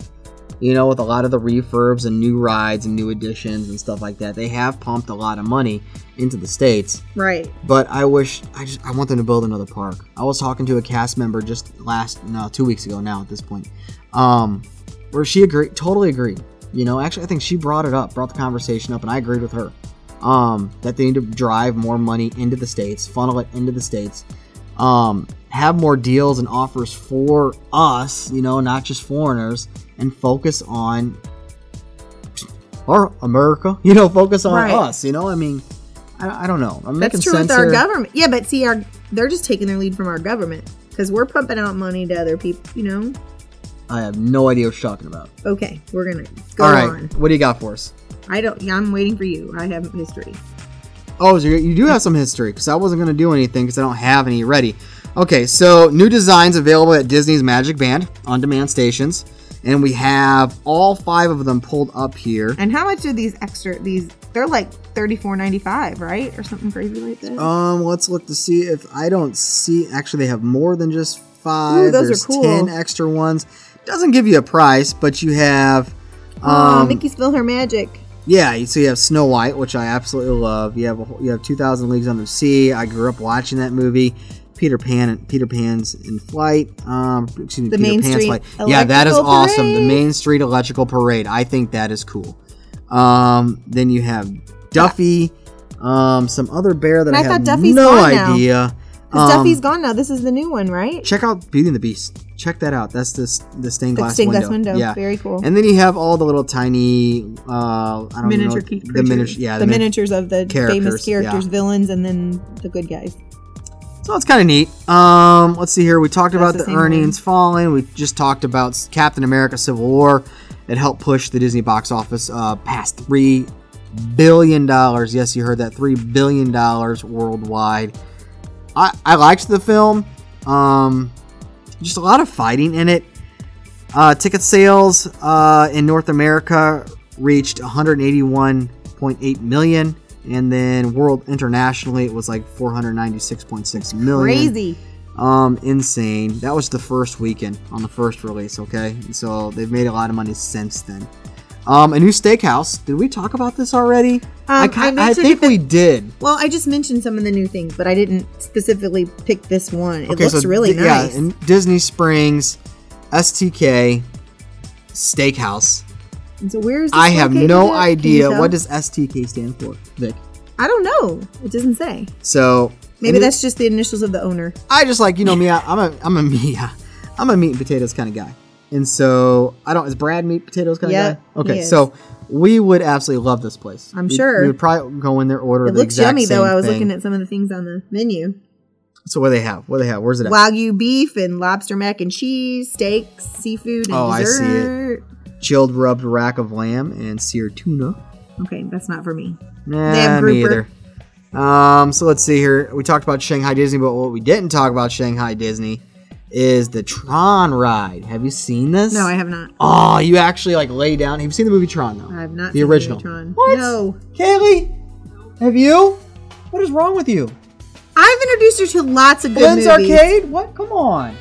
Speaker 7: You know, with a lot of the refurbs and new rides and new additions and stuff like that, they have pumped a lot of money into the states
Speaker 6: Right.
Speaker 7: but I wish I just I want them to build another park. I was talking to a cast member just last no two weeks ago now at this point, um, where she agreed totally agreed. You know, actually I think she brought it up, brought the conversation up, and I agreed with her. Um, that they need to drive more money into the states, funnel it into the states, um, have more deals and offers for us. You know, not just foreigners, and focus on or America. You know, focus on
Speaker 6: Right.
Speaker 7: us. You know, I mean. I, I don't know. I'm making
Speaker 6: That's true
Speaker 7: sense
Speaker 6: with our
Speaker 7: here.
Speaker 6: government. Yeah, but see, our they're just taking their lead from our government because we're pumping out money to other people. You know.
Speaker 7: I have no idea what you're talking about.
Speaker 6: Okay, we're gonna go
Speaker 7: All right,
Speaker 6: on.
Speaker 7: what do you got for us?
Speaker 6: I don't. Yeah, I'm waiting for you. I have history.
Speaker 7: Oh, so you- you do have some history because I wasn't going to do anything because I don't have any ready. Okay, so new designs available at Disney's Magic Band on demand stations, and we have all five of them pulled up here.
Speaker 6: And how much are these extra? These they're like thirty four ninety five, right, or something crazy like Oh, that.
Speaker 7: Um, let's look to see if I don't see. Actually, they have more than just five.
Speaker 6: Ooh, those are
Speaker 7: There's
Speaker 6: cool.
Speaker 7: ten extra ones. Doesn't give you a price, but you have.
Speaker 6: oh,
Speaker 7: Um,
Speaker 6: Mickey spill her magic.
Speaker 7: Yeah, you- so you have Snow White, which I absolutely love. You have a, whole- you have Two Thousand Leagues Under the Sea. I grew up watching that movie. Peter Pan, and Peter Pan's in flight. Um, excuse me,
Speaker 6: The
Speaker 7: Peter
Speaker 6: Main
Speaker 7: Pan's
Speaker 6: Street
Speaker 7: flight. Yeah, that is
Speaker 6: Electrical
Speaker 7: awesome. The
Speaker 6: Parade.
Speaker 7: Main Street Electrical Parade. I think that is cool. Um, then you have Duffy. Um, some other bear that
Speaker 6: And
Speaker 7: I,
Speaker 6: I thought
Speaker 7: have
Speaker 6: Duffy's
Speaker 7: no
Speaker 6: gone now.
Speaker 7: idea.
Speaker 6: 'Cause
Speaker 7: Um,
Speaker 6: Duffy's gone now. This is the new one, right?
Speaker 7: Check out Beauty and the Beast. Check that out. That's this the stained
Speaker 6: The
Speaker 7: glass
Speaker 6: stained
Speaker 7: window.
Speaker 6: glass window.
Speaker 7: Yeah,
Speaker 6: Very cool.
Speaker 7: and then you have all the little tiny, uh, I don't know,
Speaker 6: miniature cre-
Speaker 7: the miniature,
Speaker 6: creatures.
Speaker 7: yeah,
Speaker 6: the
Speaker 7: min-
Speaker 6: miniatures of the
Speaker 7: characters,
Speaker 6: famous characters,
Speaker 7: yeah.
Speaker 6: villains, and then the good guys.
Speaker 7: So it's kind of neat. Um, let's see here. We talked about
Speaker 6: the
Speaker 7: the,
Speaker 6: same
Speaker 7: earnings falling. We just talked about s- Captain America: Civil War. It helped push the Disney box office uh, past three billion dollars. Yes, you heard that, three billion dollars worldwide. I I liked the film. Um, just a lot of fighting in it. Uh, ticket sales uh, in North America reached 181.8 million, and then world internationally it was like 496.6 million.
Speaker 6: Crazy.
Speaker 7: Um, insane. That was the first weekend on the first release. Okay, so they've made a lot of money since then. Um, a new steakhouse. Did we talk about this already? I,
Speaker 6: Um,
Speaker 7: ki-
Speaker 6: I
Speaker 7: I
Speaker 6: mentioned
Speaker 7: think
Speaker 6: it-
Speaker 7: we did.
Speaker 6: Well, I just mentioned some of the new things, but I didn't specifically pick this one. It looks really
Speaker 7: di-
Speaker 6: nice.
Speaker 7: Yeah, in Disney Springs, STK Steakhouse.
Speaker 6: And so where is? This
Speaker 7: I have
Speaker 6: located
Speaker 7: no
Speaker 6: at? Can you
Speaker 7: idea
Speaker 6: tell?
Speaker 7: what does STK stand for, Vic.
Speaker 6: I don't know. It doesn't say.
Speaker 7: So
Speaker 6: Maybe
Speaker 7: and it-
Speaker 6: that's just the initials of the owner.
Speaker 7: I just like you know me. I, I'm a I'm a me. I'm a meat and potatoes kind of guy, and so I don't. Is Brad meat potatoes kind of
Speaker 6: Yeah,
Speaker 7: guy? Okay,
Speaker 6: he is.
Speaker 7: so we would absolutely love this place.
Speaker 6: I'm
Speaker 7: We-
Speaker 6: sure.
Speaker 7: we would probably go in there order.
Speaker 6: It
Speaker 7: the
Speaker 6: looks
Speaker 7: exact
Speaker 6: yummy though.
Speaker 7: same
Speaker 6: I was
Speaker 7: thing.
Speaker 6: looking at some of the things on the menu.
Speaker 7: So what do they have? What do they have? Where's it at?
Speaker 6: Wagyu beef and lobster mac and cheese, steaks, seafood, and
Speaker 7: Oh, I see it.
Speaker 6: dessert.
Speaker 7: Chilled rubbed rack of lamb and seared tuna.
Speaker 6: Okay, that's not for me.
Speaker 7: Nah,
Speaker 6: have
Speaker 7: me
Speaker 6: grouper.
Speaker 7: either. Um, so let's see here. We talked about Shanghai Disney, but what we didn't talk about Shanghai Disney is the Tron ride. Have you seen this?
Speaker 6: No, I have not.
Speaker 7: Oh, you actually like lay down. Have you seen the movie Tron though?
Speaker 6: I have not.
Speaker 7: The
Speaker 6: seen
Speaker 7: original.
Speaker 6: Megatron.
Speaker 7: What?
Speaker 6: No,
Speaker 7: Kaylee, have you? What is wrong with you?
Speaker 6: I've introduced her to lots of good
Speaker 7: Lynn's
Speaker 6: movies.
Speaker 7: Arcade? What? Come on.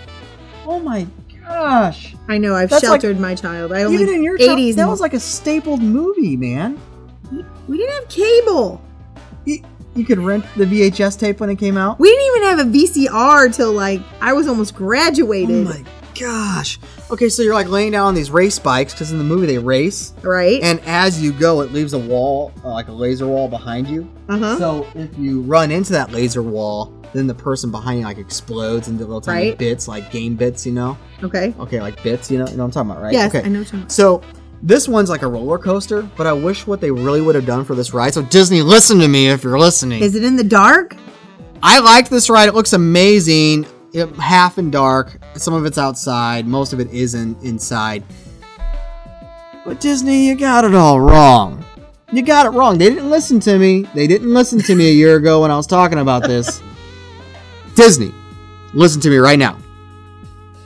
Speaker 7: Oh my gosh.
Speaker 6: I know I've
Speaker 7: That's like-
Speaker 6: sheltered my child. I only
Speaker 7: Even in your
Speaker 6: 80s.
Speaker 7: time, that was like a stapled movie, man.
Speaker 6: we didn't have cable.
Speaker 7: You, you could rent the VHS tape when it came out.
Speaker 6: We didn't even have a VCR till like I was almost
Speaker 7: Oh
Speaker 6: graduated.
Speaker 7: my gosh. Okay, so you're like laying down on these race bikes because in the movie they race,
Speaker 6: right?
Speaker 7: and as you go, it leaves a wall, uh, like a laser wall behind you.
Speaker 6: Uh huh.
Speaker 7: So if you run into that laser wall, then the person behind you like explodes into little tiny
Speaker 6: Right.
Speaker 7: bits, like game bits, you know?
Speaker 6: Okay.
Speaker 7: Okay, like bits, you know, you know what I'm talking about, right?
Speaker 6: Yes,
Speaker 7: Okay.
Speaker 6: I know. what you're talking
Speaker 7: So This one's like a roller coaster, but I wish what they really would have done for this ride. So Disney, listen to me if you're listening.
Speaker 6: Is it in the dark?
Speaker 7: I like this ride. It looks amazing. It, half in dark. Some of it's outside. Most of it isn't inside. But Disney, you got it all wrong. You got it wrong. They didn't listen to me. They didn't listen to me a year ago when I was talking about this. Disney, listen to me right now.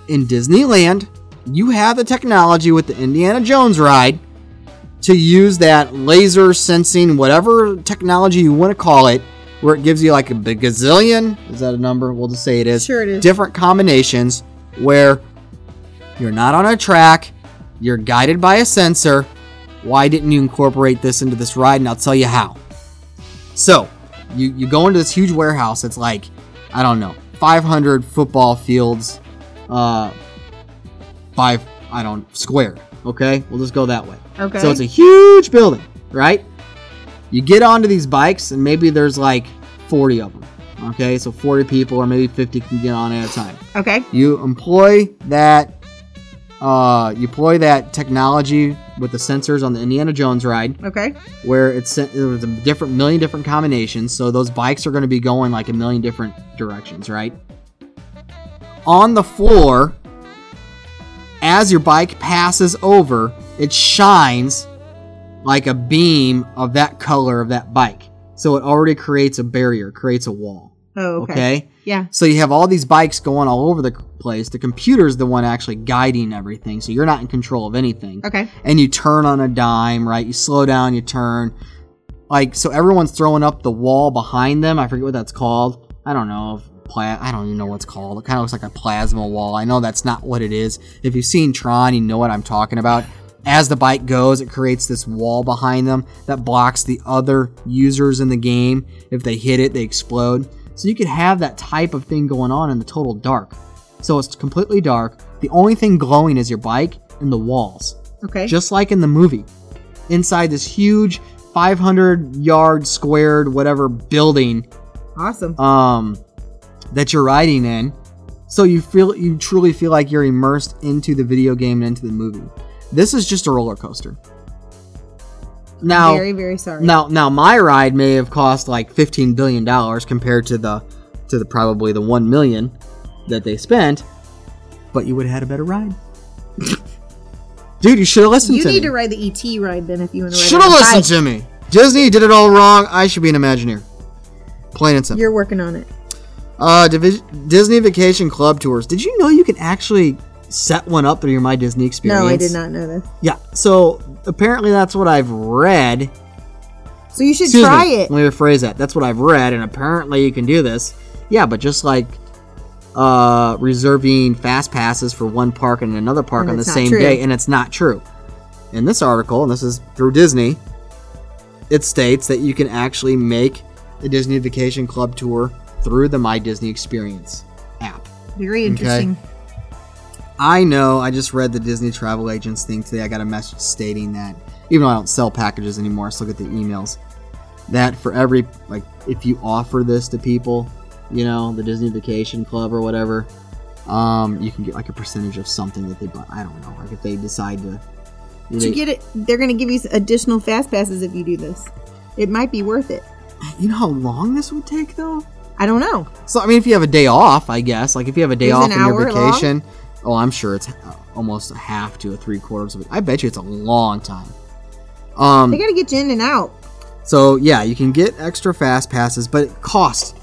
Speaker 7: In Disneyland, you have the technology with the Indiana Jones ride to use that laser sensing, whatever technology you want to call it, where it gives you like a big gazillion. Is that a number? We'll just say it is.
Speaker 6: Sure it is.
Speaker 7: Different combinations where you're not on a track, you're guided by a sensor. Why didn't you incorporate this into this ride? And I'll tell you how. So, you, you go into this huge warehouse. It's like, I don't know, 500 football fields uh, by, I don't, square. Okay? We'll just go that way.
Speaker 6: Okay.
Speaker 7: So it's a huge building, right? You get onto these bikes, and maybe there's like 40 of them. Okay, so 40 people or maybe 50 can get on at a time.
Speaker 6: okay.
Speaker 7: You employ that, uh, you employ that technology with the sensors on the Indiana Jones ride,
Speaker 6: Okay.
Speaker 7: where it's sent it was a different million different combinations. So those bikes are going to be going like a million different directions, right? On the floor, as your bike passes over, it shines like a beam of that color of that bike. So it already creates a barrier, creates a wall.
Speaker 6: Oh, okay.
Speaker 7: okay?
Speaker 6: Yeah.
Speaker 7: So you have all these bikes going all over the place. The computer's the one actually guiding everything, so you're not in control of anything.
Speaker 6: Okay.
Speaker 7: And you turn on a dime, right? You slow down, you turn. Like so everyone's throwing up the wall behind them. I forget what that's called. I don't know. if Pla- I don't even know what's called. It kind of looks like a plasma wall. I know that's not what it is. If you've seen Tron, you know what I'm talking about. As the bike goes, it creates this wall behind them that blocks the other users in the game. If they hit it, they explode. So you could have that type of thing going on in the total dark. So it's completely dark. The only thing glowing is your bike and the walls
Speaker 6: Okay.
Speaker 7: just like in the movie, inside this huge 500 yard squared whatever building
Speaker 6: awesome.
Speaker 7: um, that you're riding in. So you feel you truly feel like you're immersed into the video game and into the movie. This is just a roller coaster. Now,
Speaker 6: very very sorry.
Speaker 7: now, now, my ride may have cost like fifteen billion dollars compared to the to the probably the one million that they spent, but you would have had a better ride. Dude, you should have listened
Speaker 6: you
Speaker 7: to me.
Speaker 6: need to ride the ET ride then if you want to.
Speaker 7: Should have listened to me. Disney did it all wrong. I should be an Imagineer. Plain and simple.
Speaker 6: You're working on it.
Speaker 7: Uh, Divi- Disney Vacation Club Tours. Did you know you can actually set one up through your My Disney experience?
Speaker 6: No, I did not know this.
Speaker 7: Yeah. So apparently that's what I've read.
Speaker 6: So you should
Speaker 7: Excuse
Speaker 6: try
Speaker 7: me.
Speaker 6: it.
Speaker 7: Let me rephrase that. That's what I've read, and apparently you can do this. Yeah, but just like uh, reserving fast passes for one park and another park
Speaker 6: And
Speaker 7: on the
Speaker 6: it's not
Speaker 7: same
Speaker 6: true.
Speaker 7: day, and it's not true. In this article, and this is through Disney, it states that you can actually make a Disney Vacation Club tour through the My Disney Experience app.
Speaker 6: Very interesting.
Speaker 7: I know. I just read the Disney travel agents thing today. I got a message stating that, even though I don't sell packages anymore, I still get the emails. That for every like, if you offer this to people, you know, the Disney Vacation Club or whatever, um, you can get like a percentage of something that they buy. I don't know. Like if they decide to,
Speaker 6: But
Speaker 7: they-
Speaker 6: you get it. They're going to give you s- additional fast passes if you do this. It might be worth it.
Speaker 7: you know how long this would take though.
Speaker 6: I don't know.
Speaker 7: So I mean, if you have a day off, I guess like if you have a day
Speaker 6: Is
Speaker 7: off
Speaker 6: an
Speaker 7: in your
Speaker 6: hour long?
Speaker 7: vacation, oh, I'm sure it's uh, almost a half to a three quarters of it. I bet you it's a long time. Um,
Speaker 6: They got to get you in and out.
Speaker 7: So yeah, you can get extra fast passes, but it costs.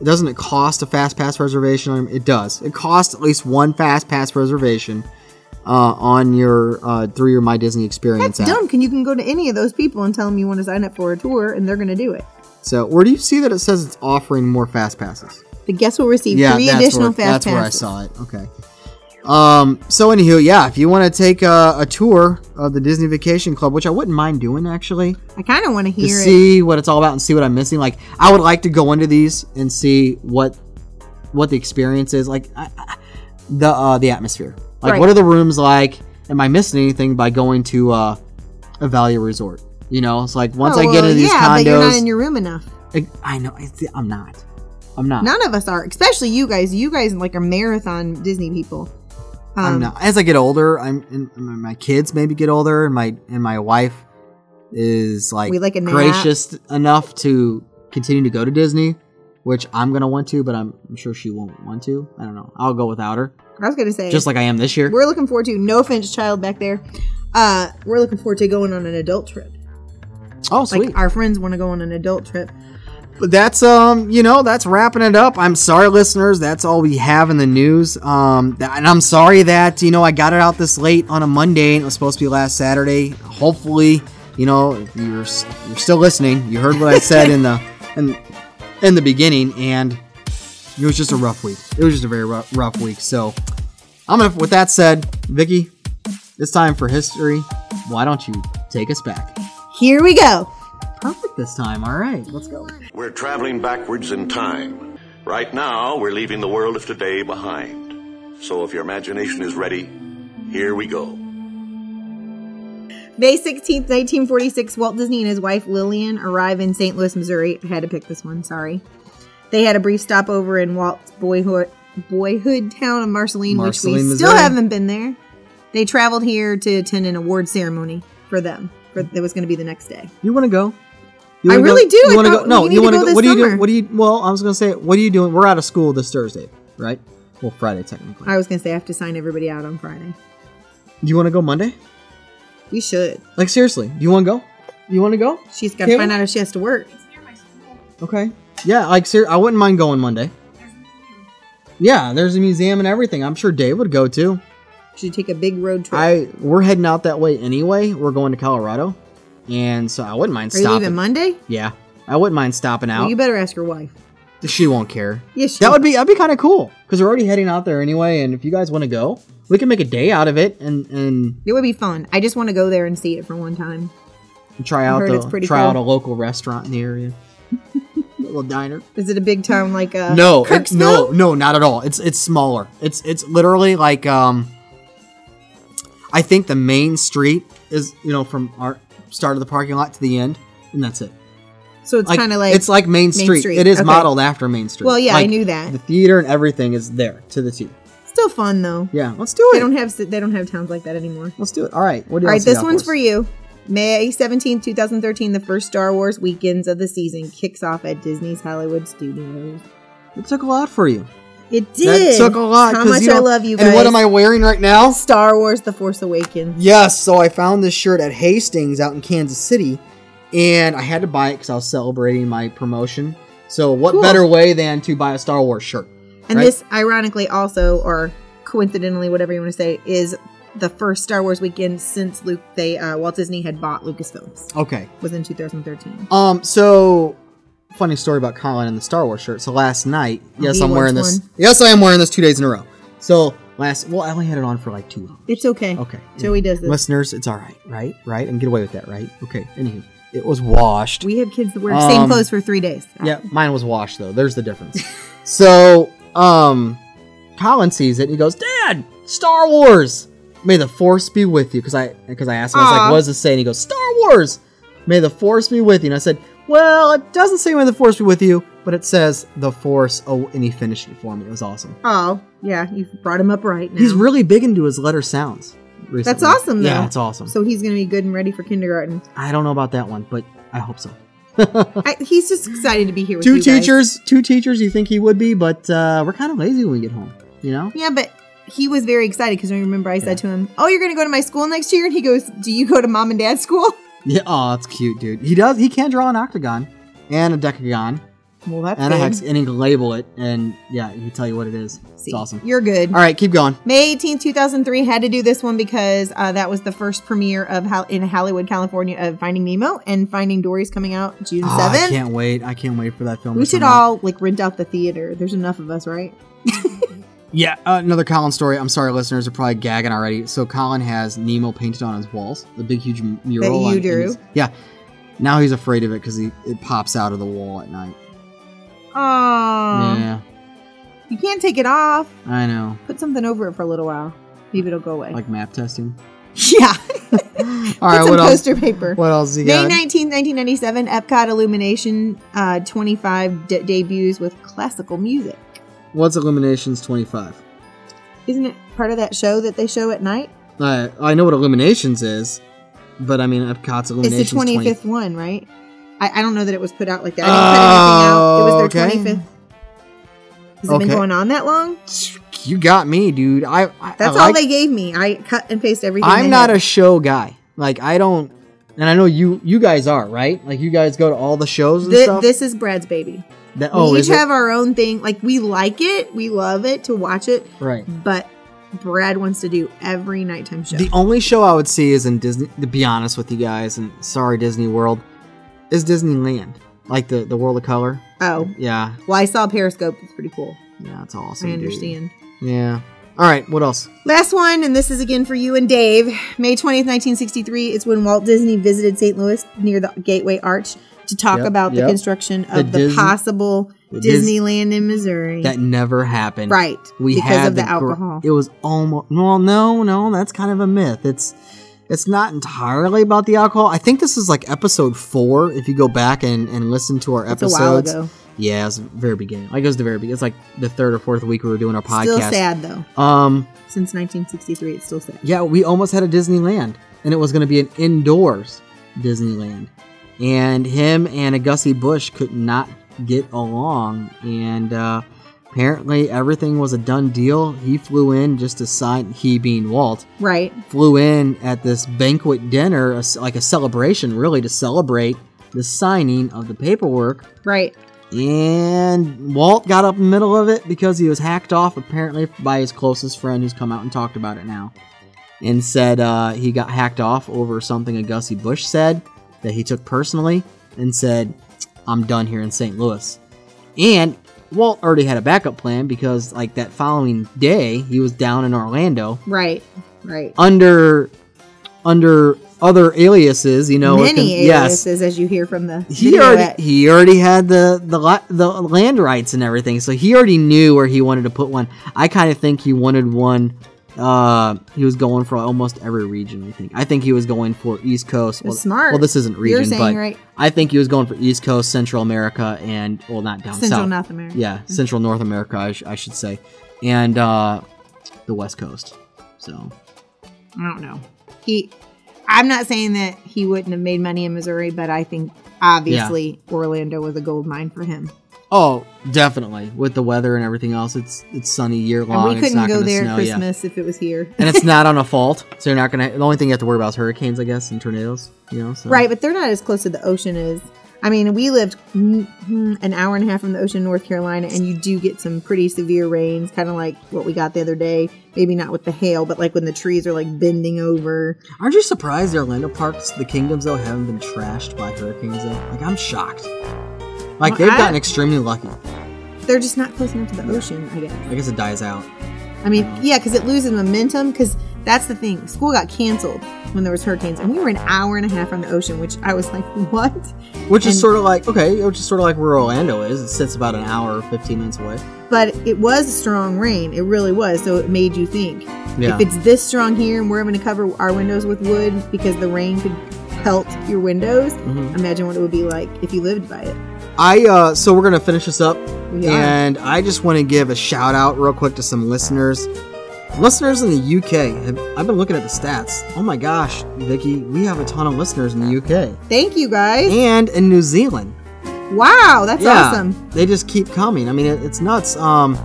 Speaker 7: It doesn't it cost a fast pass reservation? It does. It costs at least one fast pass reservation uh, on your uh, through your My Disney Experience
Speaker 6: That's
Speaker 7: app.
Speaker 6: dumb. Can you can go to any of those people and tell them you want to sign up for a tour, and they're going to do it.
Speaker 7: So where do you see that it says it's offering more fast passes?
Speaker 6: The guests will receive
Speaker 7: yeah,
Speaker 6: three
Speaker 7: that's
Speaker 6: additional
Speaker 7: where,
Speaker 6: fast
Speaker 7: that's where I
Speaker 6: passes.
Speaker 7: saw it. Okay. Um. So anywho, yeah, if you want to take a, a tour of the Disney Vacation Club, which I wouldn't mind doing actually.
Speaker 6: I kind of want to
Speaker 7: to
Speaker 6: hear it.
Speaker 7: see what it's all about and see what I'm missing. Like I would like to go into these and see what what the experience is like I, I- the uh, the atmosphere. Like
Speaker 6: Right.
Speaker 7: what are the rooms like? Am I missing anything by going to uh, a value resort? You know, it's like once
Speaker 6: Oh,
Speaker 7: I get
Speaker 6: well,
Speaker 7: into these
Speaker 6: yeah,
Speaker 7: condos,
Speaker 6: but you're not in your room enough.
Speaker 7: I, I know I, see- I'm not. I'm not.
Speaker 6: None of us are, especially you guys. You guys like are marathon Disney people. Um,
Speaker 7: I'm not. As I get older, I'm and and my kids maybe get older, and my and my wife is like,
Speaker 6: We like a nap.
Speaker 7: gracious enough to continue to go to Disney, which I'm gonna want to, but I'm, I'm sure she won't want to. I don't know. I'll go without her,
Speaker 6: I was gonna say
Speaker 7: just like I am this year.
Speaker 6: we're looking forward to. No offense, child back there. Uh, we're looking forward to going on an adult trip.
Speaker 7: Oh,
Speaker 6: Like
Speaker 7: sweet.
Speaker 6: our friends want to go on an adult trip.
Speaker 7: But that's um, you know, that's wrapping it up. I'm sorry, listeners. That's all we have in the news. Um, th- and I'm sorry that you know I got it out this late on a Monday and it was supposed to be last Saturday. Hopefully, you know if you're s- you're still listening. You heard what I said in the in in the beginning, and it was just a rough week. It was just a very rough, rough week. So I'm gonna. With that said, Vicky, it's time for history. Why don't you take us back?
Speaker 6: Here we go.
Speaker 7: Perfect this time. All right, let's go.
Speaker 9: We're traveling backwards in time. Right now, we're leaving the world of today behind. So if your imagination is ready, here we go.
Speaker 6: May 16th, 1946, Walt Disney and his wife Lillian arrive in St. Louis, Missouri. I had to pick this one, sorry. They had a brief stopover in Walt's boyhood boyhood town of Marceline, which
Speaker 7: Marceline,
Speaker 6: we still
Speaker 7: Missouri.
Speaker 6: haven't been there. They traveled here to attend an award ceremony for them. For that was going to be the next day.
Speaker 7: You want to go?
Speaker 6: I
Speaker 7: wanna
Speaker 6: really
Speaker 7: go?
Speaker 6: do.
Speaker 7: You
Speaker 6: I
Speaker 7: wanna
Speaker 6: thought
Speaker 7: go? No,
Speaker 6: we
Speaker 7: you
Speaker 6: need to
Speaker 7: want
Speaker 6: go
Speaker 7: to?
Speaker 6: this
Speaker 7: What do you
Speaker 6: summer.
Speaker 7: do? What do you? Well, I was gonna say, what are you doing? We're out of school this Thursday, right? Well, Friday technically.
Speaker 6: I was going to say I have to sign everybody out on Friday.
Speaker 7: You want to go Monday?
Speaker 6: You should.
Speaker 7: Like seriously, do you want to go? You want to go?
Speaker 6: She's got to
Speaker 7: Can't
Speaker 6: find
Speaker 7: we-
Speaker 6: out if she has to work.
Speaker 7: Okay. Yeah, like ser- I wouldn't mind going Monday. Yeah, there's a museum and everything. I'm sure Dave would go too.
Speaker 6: Should take a big road trip.
Speaker 7: I we're heading out that way anyway. We're going to Colorado, and so I wouldn't mind
Speaker 6: Are you
Speaker 7: stopping.
Speaker 6: leaving Monday?
Speaker 7: yeah, I wouldn't mind stopping out.
Speaker 6: Well, you better ask your wife.
Speaker 7: she won't care.
Speaker 6: Yes, she
Speaker 7: That would be that'd be kind of cool because we're already heading out there anyway. And if you guys want to go, we can make a day out of it and and
Speaker 6: It would be fun. I just want to go there and see it for one time.
Speaker 7: try out
Speaker 6: heard
Speaker 7: the
Speaker 6: it's pretty
Speaker 7: try out a
Speaker 6: cool.
Speaker 7: local restaurant in the area, little diner.
Speaker 6: Is it a big town like uh,
Speaker 7: no, it, no,
Speaker 6: Kirksville?
Speaker 7: no, not at all. It's it's smaller. It's it's literally like um. I think the main street is you know from our start of the parking lot to the end, and that's it.
Speaker 6: So it's
Speaker 7: Like,
Speaker 6: kind of like
Speaker 7: it's like Main Street.
Speaker 6: Street,
Speaker 7: It is
Speaker 6: okay.
Speaker 7: modeled after Main Street.
Speaker 6: Well, yeah, I
Speaker 7: Like,
Speaker 6: knew that.
Speaker 7: The theater and everything is there to the T.
Speaker 6: still fun though.
Speaker 7: Yeah, let's do it.
Speaker 6: They don't have they don't have towns like that anymore.
Speaker 7: Let's do it. All right. What do
Speaker 6: All
Speaker 7: you
Speaker 6: right,
Speaker 7: else you
Speaker 6: this
Speaker 7: got
Speaker 6: one's
Speaker 7: us?
Speaker 6: for you. May 17, 2013, the first Star Wars weekends of the season kicks off at Disney's Hollywood Studios.
Speaker 7: It took a lot for you.
Speaker 6: It
Speaker 7: That
Speaker 6: did.
Speaker 7: took a lot.
Speaker 6: How
Speaker 7: 'cause
Speaker 6: much
Speaker 7: you
Speaker 6: I
Speaker 7: don't-
Speaker 6: love you guys.
Speaker 7: And what am I wearing right now?
Speaker 6: Star Wars: The Force Awakens.
Speaker 7: Yes. So I found this shirt at Hastings out in Kansas City, and I had to buy it because I was celebrating my promotion. So what
Speaker 6: Cool.
Speaker 7: better way than to buy a Star Wars shirt?
Speaker 6: And
Speaker 7: Right.
Speaker 6: this, ironically, also or coincidentally, whatever you want to say, is the first Star Wars weekend since Luke they uh, Walt Disney had bought Lucasfilms.
Speaker 7: Okay.
Speaker 6: Was in 2013.
Speaker 7: Um. So. Funny story about Colin and the Star Wars shirt. So last night, yes,
Speaker 6: he
Speaker 7: I'm wearing
Speaker 6: wants
Speaker 7: this.
Speaker 6: one.
Speaker 7: Yes, I am wearing this two days in a row. So last, well, I only had it on for like two hours.
Speaker 6: It's okay.
Speaker 7: Okay.
Speaker 6: Joey does this.
Speaker 7: Listeners, it's all right, right, right, and get away with that, right? Okay. Anywho, it was washed.
Speaker 6: We have kids that wear the same
Speaker 7: Um,
Speaker 6: clothes for three days.
Speaker 7: yeah, mine was washed though. There's the difference. so, um, Colin sees it and he goes, "Dad, Star Wars. May the Force be with you." Because I because I asked him, I was like,
Speaker 6: Aw.
Speaker 7: "What does this say?" And he goes, "Star Wars. May the Force be with you." And I said, "Well, it doesn't say May the Force be with you, but it says the Force." Oh, and he finished it for me. It was awesome.
Speaker 6: Oh, yeah. You brought him up right now.
Speaker 7: He's really big into his letter sounds. Recently.
Speaker 6: That's awesome, though.
Speaker 7: Yeah, it's awesome.
Speaker 6: So he's going to be good and ready for kindergarten.
Speaker 7: I don't know about that one, but I hope so.
Speaker 6: I, he's just excited to be here with
Speaker 7: two
Speaker 6: you guys.
Speaker 7: teachers, two teachers. You think he would be, but uh, we're kind of lazy when we get home. You know?
Speaker 6: Yeah, but he was very excited because I remember I said to him, "Oh, you're going to go to my school next year," and he goes, "Do you go to mom and dad's school?"
Speaker 7: Yeah. Oh, that's cute, dude. He does. He can draw an octagon and a decagon
Speaker 6: Well, that's
Speaker 7: and a
Speaker 6: good.
Speaker 7: hex, and he can label it, and yeah, he can tell you what it is.
Speaker 6: See,
Speaker 7: It's awesome.
Speaker 6: You're good.
Speaker 7: All right, keep going.
Speaker 6: May 18, 2003, had to do this one because uh, that was the first premiere of Hol- in Hollywood, California, of Finding Nemo and Finding Dory's coming out June
Speaker 7: Oh, I
Speaker 6: 7th.
Speaker 7: can't wait. I can't wait for that film.
Speaker 6: We
Speaker 7: to
Speaker 6: should
Speaker 7: come out.
Speaker 6: all like rent out the theater. There's enough of us, right?
Speaker 7: Yeah, uh, another Colin story. I'm sorry, listeners are probably gagging already. So Colin has Nemo painted on his walls, the big huge m- mural.
Speaker 6: you
Speaker 7: on- in
Speaker 6: drew?
Speaker 7: his- yeah. Now he's afraid of it because he it pops out of the wall at night.
Speaker 6: Aww.
Speaker 7: Yeah,
Speaker 6: You can't take it off.
Speaker 7: I know.
Speaker 6: Put something over it for a little while. Maybe it'll go away.
Speaker 7: Like map testing.
Speaker 6: yeah. All
Speaker 7: All right,
Speaker 6: Put some
Speaker 7: what else?
Speaker 6: poster paper.
Speaker 7: What else you
Speaker 6: May
Speaker 7: got?
Speaker 6: 19th, 1997, Epcot Illumination uh, 25 de- debuts with classical music.
Speaker 7: What's Illuminations 25?
Speaker 6: Isn't it part of that show that they show at night?
Speaker 7: I I know what Illuminations is, but I mean
Speaker 6: It's
Speaker 7: Epcot's Illuminations.
Speaker 6: the
Speaker 7: 20
Speaker 6: 25th one, right? I, I don't know that it was put out like that. I didn't put
Speaker 7: Oh,
Speaker 6: anything out. It was their
Speaker 7: okay.
Speaker 6: 25th. Has it been
Speaker 7: Okay.
Speaker 6: going on that long?
Speaker 7: You got me, dude. I, I
Speaker 6: That's
Speaker 7: I
Speaker 6: all
Speaker 7: like-
Speaker 6: they gave me. I cut and paste everything.
Speaker 7: I'm
Speaker 6: they
Speaker 7: not
Speaker 6: had.
Speaker 7: a show guy. Like I don't, and I know you you guys are right. Like you guys go to all the shows and
Speaker 6: Thi-
Speaker 7: stuff.
Speaker 6: this is Brad's baby.
Speaker 7: That- oh,
Speaker 6: we
Speaker 7: is
Speaker 6: each
Speaker 7: it?
Speaker 6: have our own thing. Like we like it, we love it to watch it,
Speaker 7: right.
Speaker 6: but Brad wants to do every nighttime show.
Speaker 7: The only show I would see is in Disney. To be honest with you guys, and sorry Disney World, is Disneyland. Like the the World of Color.
Speaker 6: oh,
Speaker 7: Yeah,
Speaker 6: well, I saw Periscope. It's pretty cool.
Speaker 7: yeah, it's awesome.
Speaker 6: I
Speaker 7: dude.
Speaker 6: understand.
Speaker 7: Yeah. All right. What else?
Speaker 6: Last one, and this is again for you and Dave. May 20th, 1963 is when Walt Disney visited St. Louis near the Gateway Arch to talk
Speaker 7: Yep,
Speaker 6: about the
Speaker 7: yep.
Speaker 6: construction
Speaker 7: The
Speaker 6: of the,
Speaker 7: Disney-
Speaker 6: possible
Speaker 7: the Dis-
Speaker 6: Disneyland in Missouri.
Speaker 7: That never happened.
Speaker 6: right.
Speaker 7: We
Speaker 6: because
Speaker 7: had
Speaker 6: of the,
Speaker 7: gr-
Speaker 6: alcohol.
Speaker 7: it was almost. Well, no, no, that's kind of a myth. It's it's not entirely about the alcohol. I think this is like episode four. If you go back and and listen to our
Speaker 6: It's a
Speaker 7: episodes,
Speaker 6: while ago.
Speaker 7: yeah, it's the very beginning. Like it was the very beginning. It's like the third or fourth week we were doing our podcast.
Speaker 6: Still sad, though.
Speaker 7: Um,
Speaker 6: Since 1963, it's still sad.
Speaker 7: yeah, we almost had a Disneyland, and it was going to be an indoors Disneyland. And him and Augusty Bush could not get along, and uh, apparently everything was a done deal. He flew in just to sign. He being Walt
Speaker 6: Right.
Speaker 7: flew in at this banquet dinner, a, like a celebration, really, to celebrate the signing of the paperwork.
Speaker 6: Right.
Speaker 7: And Walt got up in the middle of it because he was hacked off apparently by his closest friend who's come out and talked about it now. And said uh, he got hacked off over something Augusty Bush said that he took personally and said, I'm done here in St. Louis. And Walt already had a backup plan because, like, that following day, he was down in Orlando
Speaker 6: Right. Right.
Speaker 7: under under other aliases, you know. it
Speaker 6: Many
Speaker 7: can- yes,
Speaker 6: aliases, as you hear from the
Speaker 7: he
Speaker 6: video
Speaker 7: already
Speaker 6: at-
Speaker 7: he already had the the li- the land rights and everything, so he already knew where he wanted to put one. I kind of think he wanted one. Uh, he was going for almost every region. I think. I think he was going for East Coast.
Speaker 6: That's smart.
Speaker 7: Well, this isn't region,
Speaker 6: You're saying
Speaker 7: but
Speaker 6: right.
Speaker 7: I think he was going for East Coast, Central America, and well, not down
Speaker 6: Central
Speaker 7: south.
Speaker 6: North America.
Speaker 7: Yeah, Central North America, I, sh- I should say, and uh, the West Coast. So
Speaker 6: I don't know. He, I'm not saying that he wouldn't have made money in Missouri, but I think obviously Orlando was a gold mine for him.
Speaker 7: Oh, definitely. With the weather and everything else, it's it's sunny year long.
Speaker 6: and we
Speaker 7: it's
Speaker 6: couldn't
Speaker 7: not
Speaker 6: go
Speaker 7: gonna
Speaker 6: there
Speaker 7: snow,
Speaker 6: at
Speaker 7: yeah.
Speaker 6: Christmas if it was here.
Speaker 7: and it's not on a fault, so you're not gonna. The only thing you have to worry about is hurricanes, I guess, and tornadoes. You know, so.
Speaker 6: Right, but they're not as close to the ocean as. I mean, we lived mm, mm, an hour and a half from the ocean in North Carolina, and you do get some pretty severe rains, kind of like what we got the other day. Maybe not with the hail, but like when the trees are like bending over.
Speaker 7: Aren't you surprised the Orlando parks, the kingdoms though, haven't been trashed by hurricanes though? Like I'm shocked. Like
Speaker 6: Well,
Speaker 7: they've
Speaker 6: I-
Speaker 7: gotten extremely lucky.
Speaker 6: They're just not close enough to the ocean, I guess.
Speaker 7: I guess it dies out.
Speaker 6: I mean, yeah, because it loses momentum. Because that's the thing. School got canceled when there was hurricanes, and we were an hour and a half from the ocean, which I was like, what?
Speaker 7: Which is
Speaker 6: And-
Speaker 7: sort of like okay, which is sort of like where Orlando is. It sits about an hour or fifteen minutes away.
Speaker 6: But it was strong rain. It really was. So it made you think.
Speaker 7: Yeah.
Speaker 6: If it's this strong here, and we're having to cover our windows with wood because the rain could pelt your windows,
Speaker 7: Mhm.
Speaker 6: imagine what it would be like if you lived by it.
Speaker 7: I uh, so we're gonna finish this up
Speaker 6: We are.
Speaker 7: And I just want to give a shout out real quick to some listeners. Listeners in the UK, have, I've been looking at the stats. Oh my gosh, Vicky, we have a ton of listeners in the UK
Speaker 6: Thank you guys.
Speaker 7: and in New Zealand. Mm.
Speaker 6: Wow, that's awesome.
Speaker 7: They just keep coming. I mean, it, it's nuts. Um,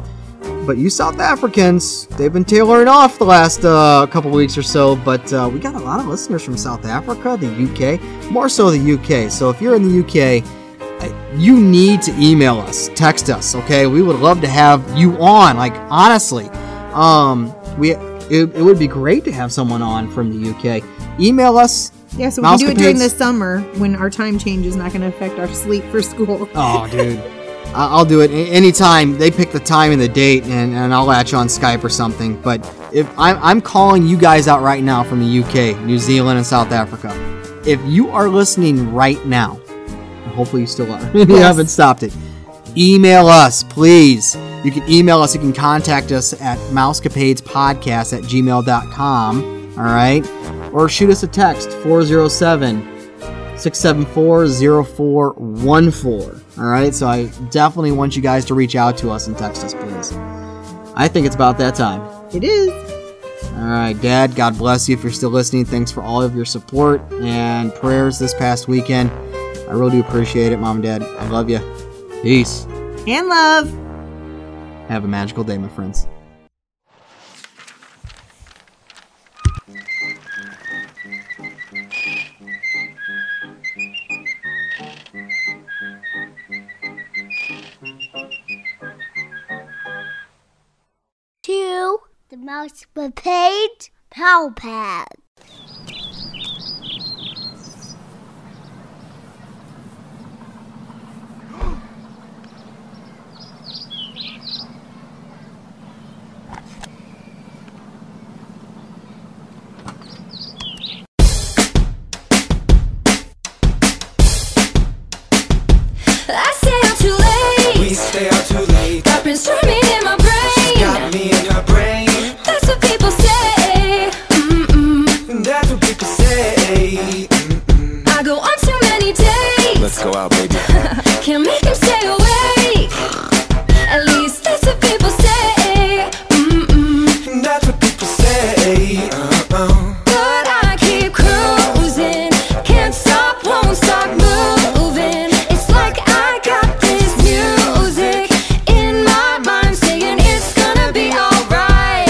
Speaker 7: but you South Africans, they've been tailoring off the last uh, couple weeks or so. But uh, we got a lot of listeners from South Africa, the UK, more so the UK. So if you're in the UK, I- you need to email us, text us, okay? We would love to have you on. Like honestly, um, we it, it would be great to have someone on from the UK. Email us.
Speaker 6: Yeah, so we can do it during
Speaker 7: Mousecapades.
Speaker 6: the summer when our time change is not going to affect our sleep for school.
Speaker 7: Oh, dude. I- I'll do it a- anytime. They pick the time and the date, and, and I'll latch on Skype or something. But if I'm, I'm calling you guys out right now from the UK, New Zealand, and South Africa, if you are listening right now, and hopefully you still are, you haven't stopped it, email us, please. You can email us, you can contact us at mousecapadespodcast at gmail.com, all right? Or shoot us a text, 407- 674-0414. All right, so I definitely want you guys to reach out to us and text us, please. I think it's about that time.
Speaker 6: It is.
Speaker 10: All right, Dad, God bless you if you're still listening. Thanks for all of your support and prayers this past weekend. I really do appreciate it, Mom and Dad. I love you. Peace.
Speaker 6: And love.
Speaker 10: Have a magical day, my friends.
Speaker 11: to the Mouse Page Power Pad.
Speaker 12: I stay out too late. We stay out too late. Got been swimming in my brain. got me in your brain. That's what people say. Mm-mm. That's what people say. Mm-mm. I go on too many dates.
Speaker 13: Let's go out, baby.
Speaker 12: Can't make him stay awake. At least that's what people say. Mm-mm. That's what people say. But I keep cruising. Can't stop, won't stop moving. It's like I got this music in my mind saying it's gonna be alright.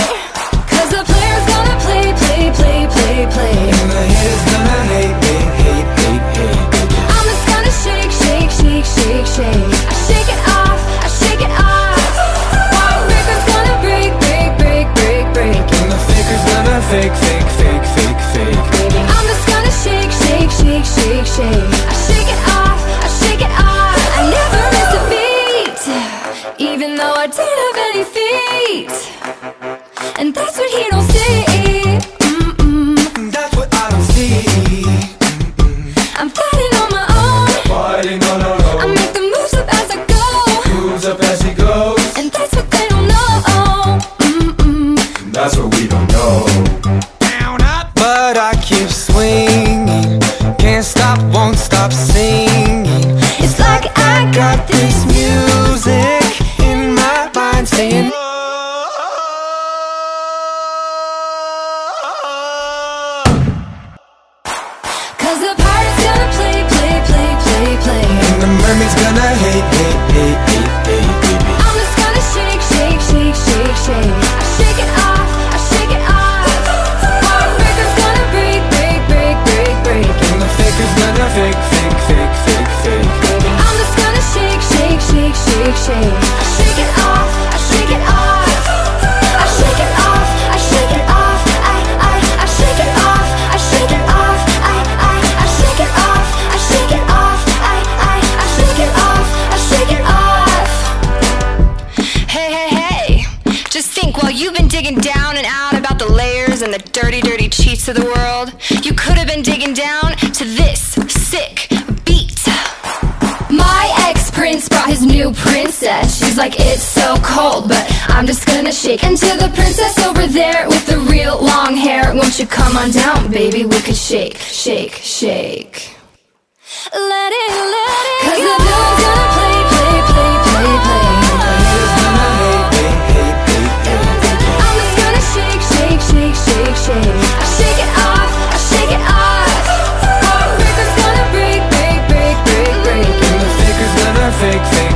Speaker 12: Cause the player's gonna play, play, play, play, play. And the haters gonna hate, hate, hate, hate, hate. I'm just gonna shake, shake, shake, shake, shake. I shake it off, I shake it off. While Ricker's gonna break, break, break, break, break. And the faker's gonna fake, fake, fake, fake, fake. Baby, I'm just gonna shake, shake, shake, shake, shake. I shake it off, I shake it off. I never miss a beat, even though I don't have any feet. And that's what he don't see. Mm-mm. That's what I don't see. I'm fighting on my own. Fighting on our own. I make the moves up as I go. Moves up as he goes. And that's what they don't know. Mm-mm. That's what we don't know. Down up, but I keep swinging. Can't stop, won't stop singing. It's like I got this music in my mind saying. Cause the pirate's gonna play, play, play, play, play. And the mermaid's gonna hate, hate, hate, hate, hate, baby. I'm just gonna shake, shake, shake, shake, shake. I shake it off, I shake it off. While Ricker's gonna break, break, break, break, break. And the faker's gonna fake, fake, fake, fake, fake. Baby, I'm just gonna shake, shake, shake, shake, shake. I shake it off, I shake it off. I shake it off, I shake it off. I, I, I shake it off, I shake it off. I, I, I shake it off, I shake it off. I, I, I shake it off, I shake it off. Hey, hey, hey. Just think while you've been digging down and out about the layers and the dirty, dirty cheats of the world, you could have been digging down to this sick beat. My ex prince brought his new princess. She's like, it's so cold, but I'm just gonna shake. And to the princess over there with the real long hair, won't you come on down, baby? We could shake, shake, shake. Let it, let it. Cause the blues gonna play, play, play, play, play. I'm just gonna shake, shake, shake, shake, shake. I shake it off, I shake it off. Oh, Ricker's gonna break, break, break, break, break. And the faker's gonna fake, fake,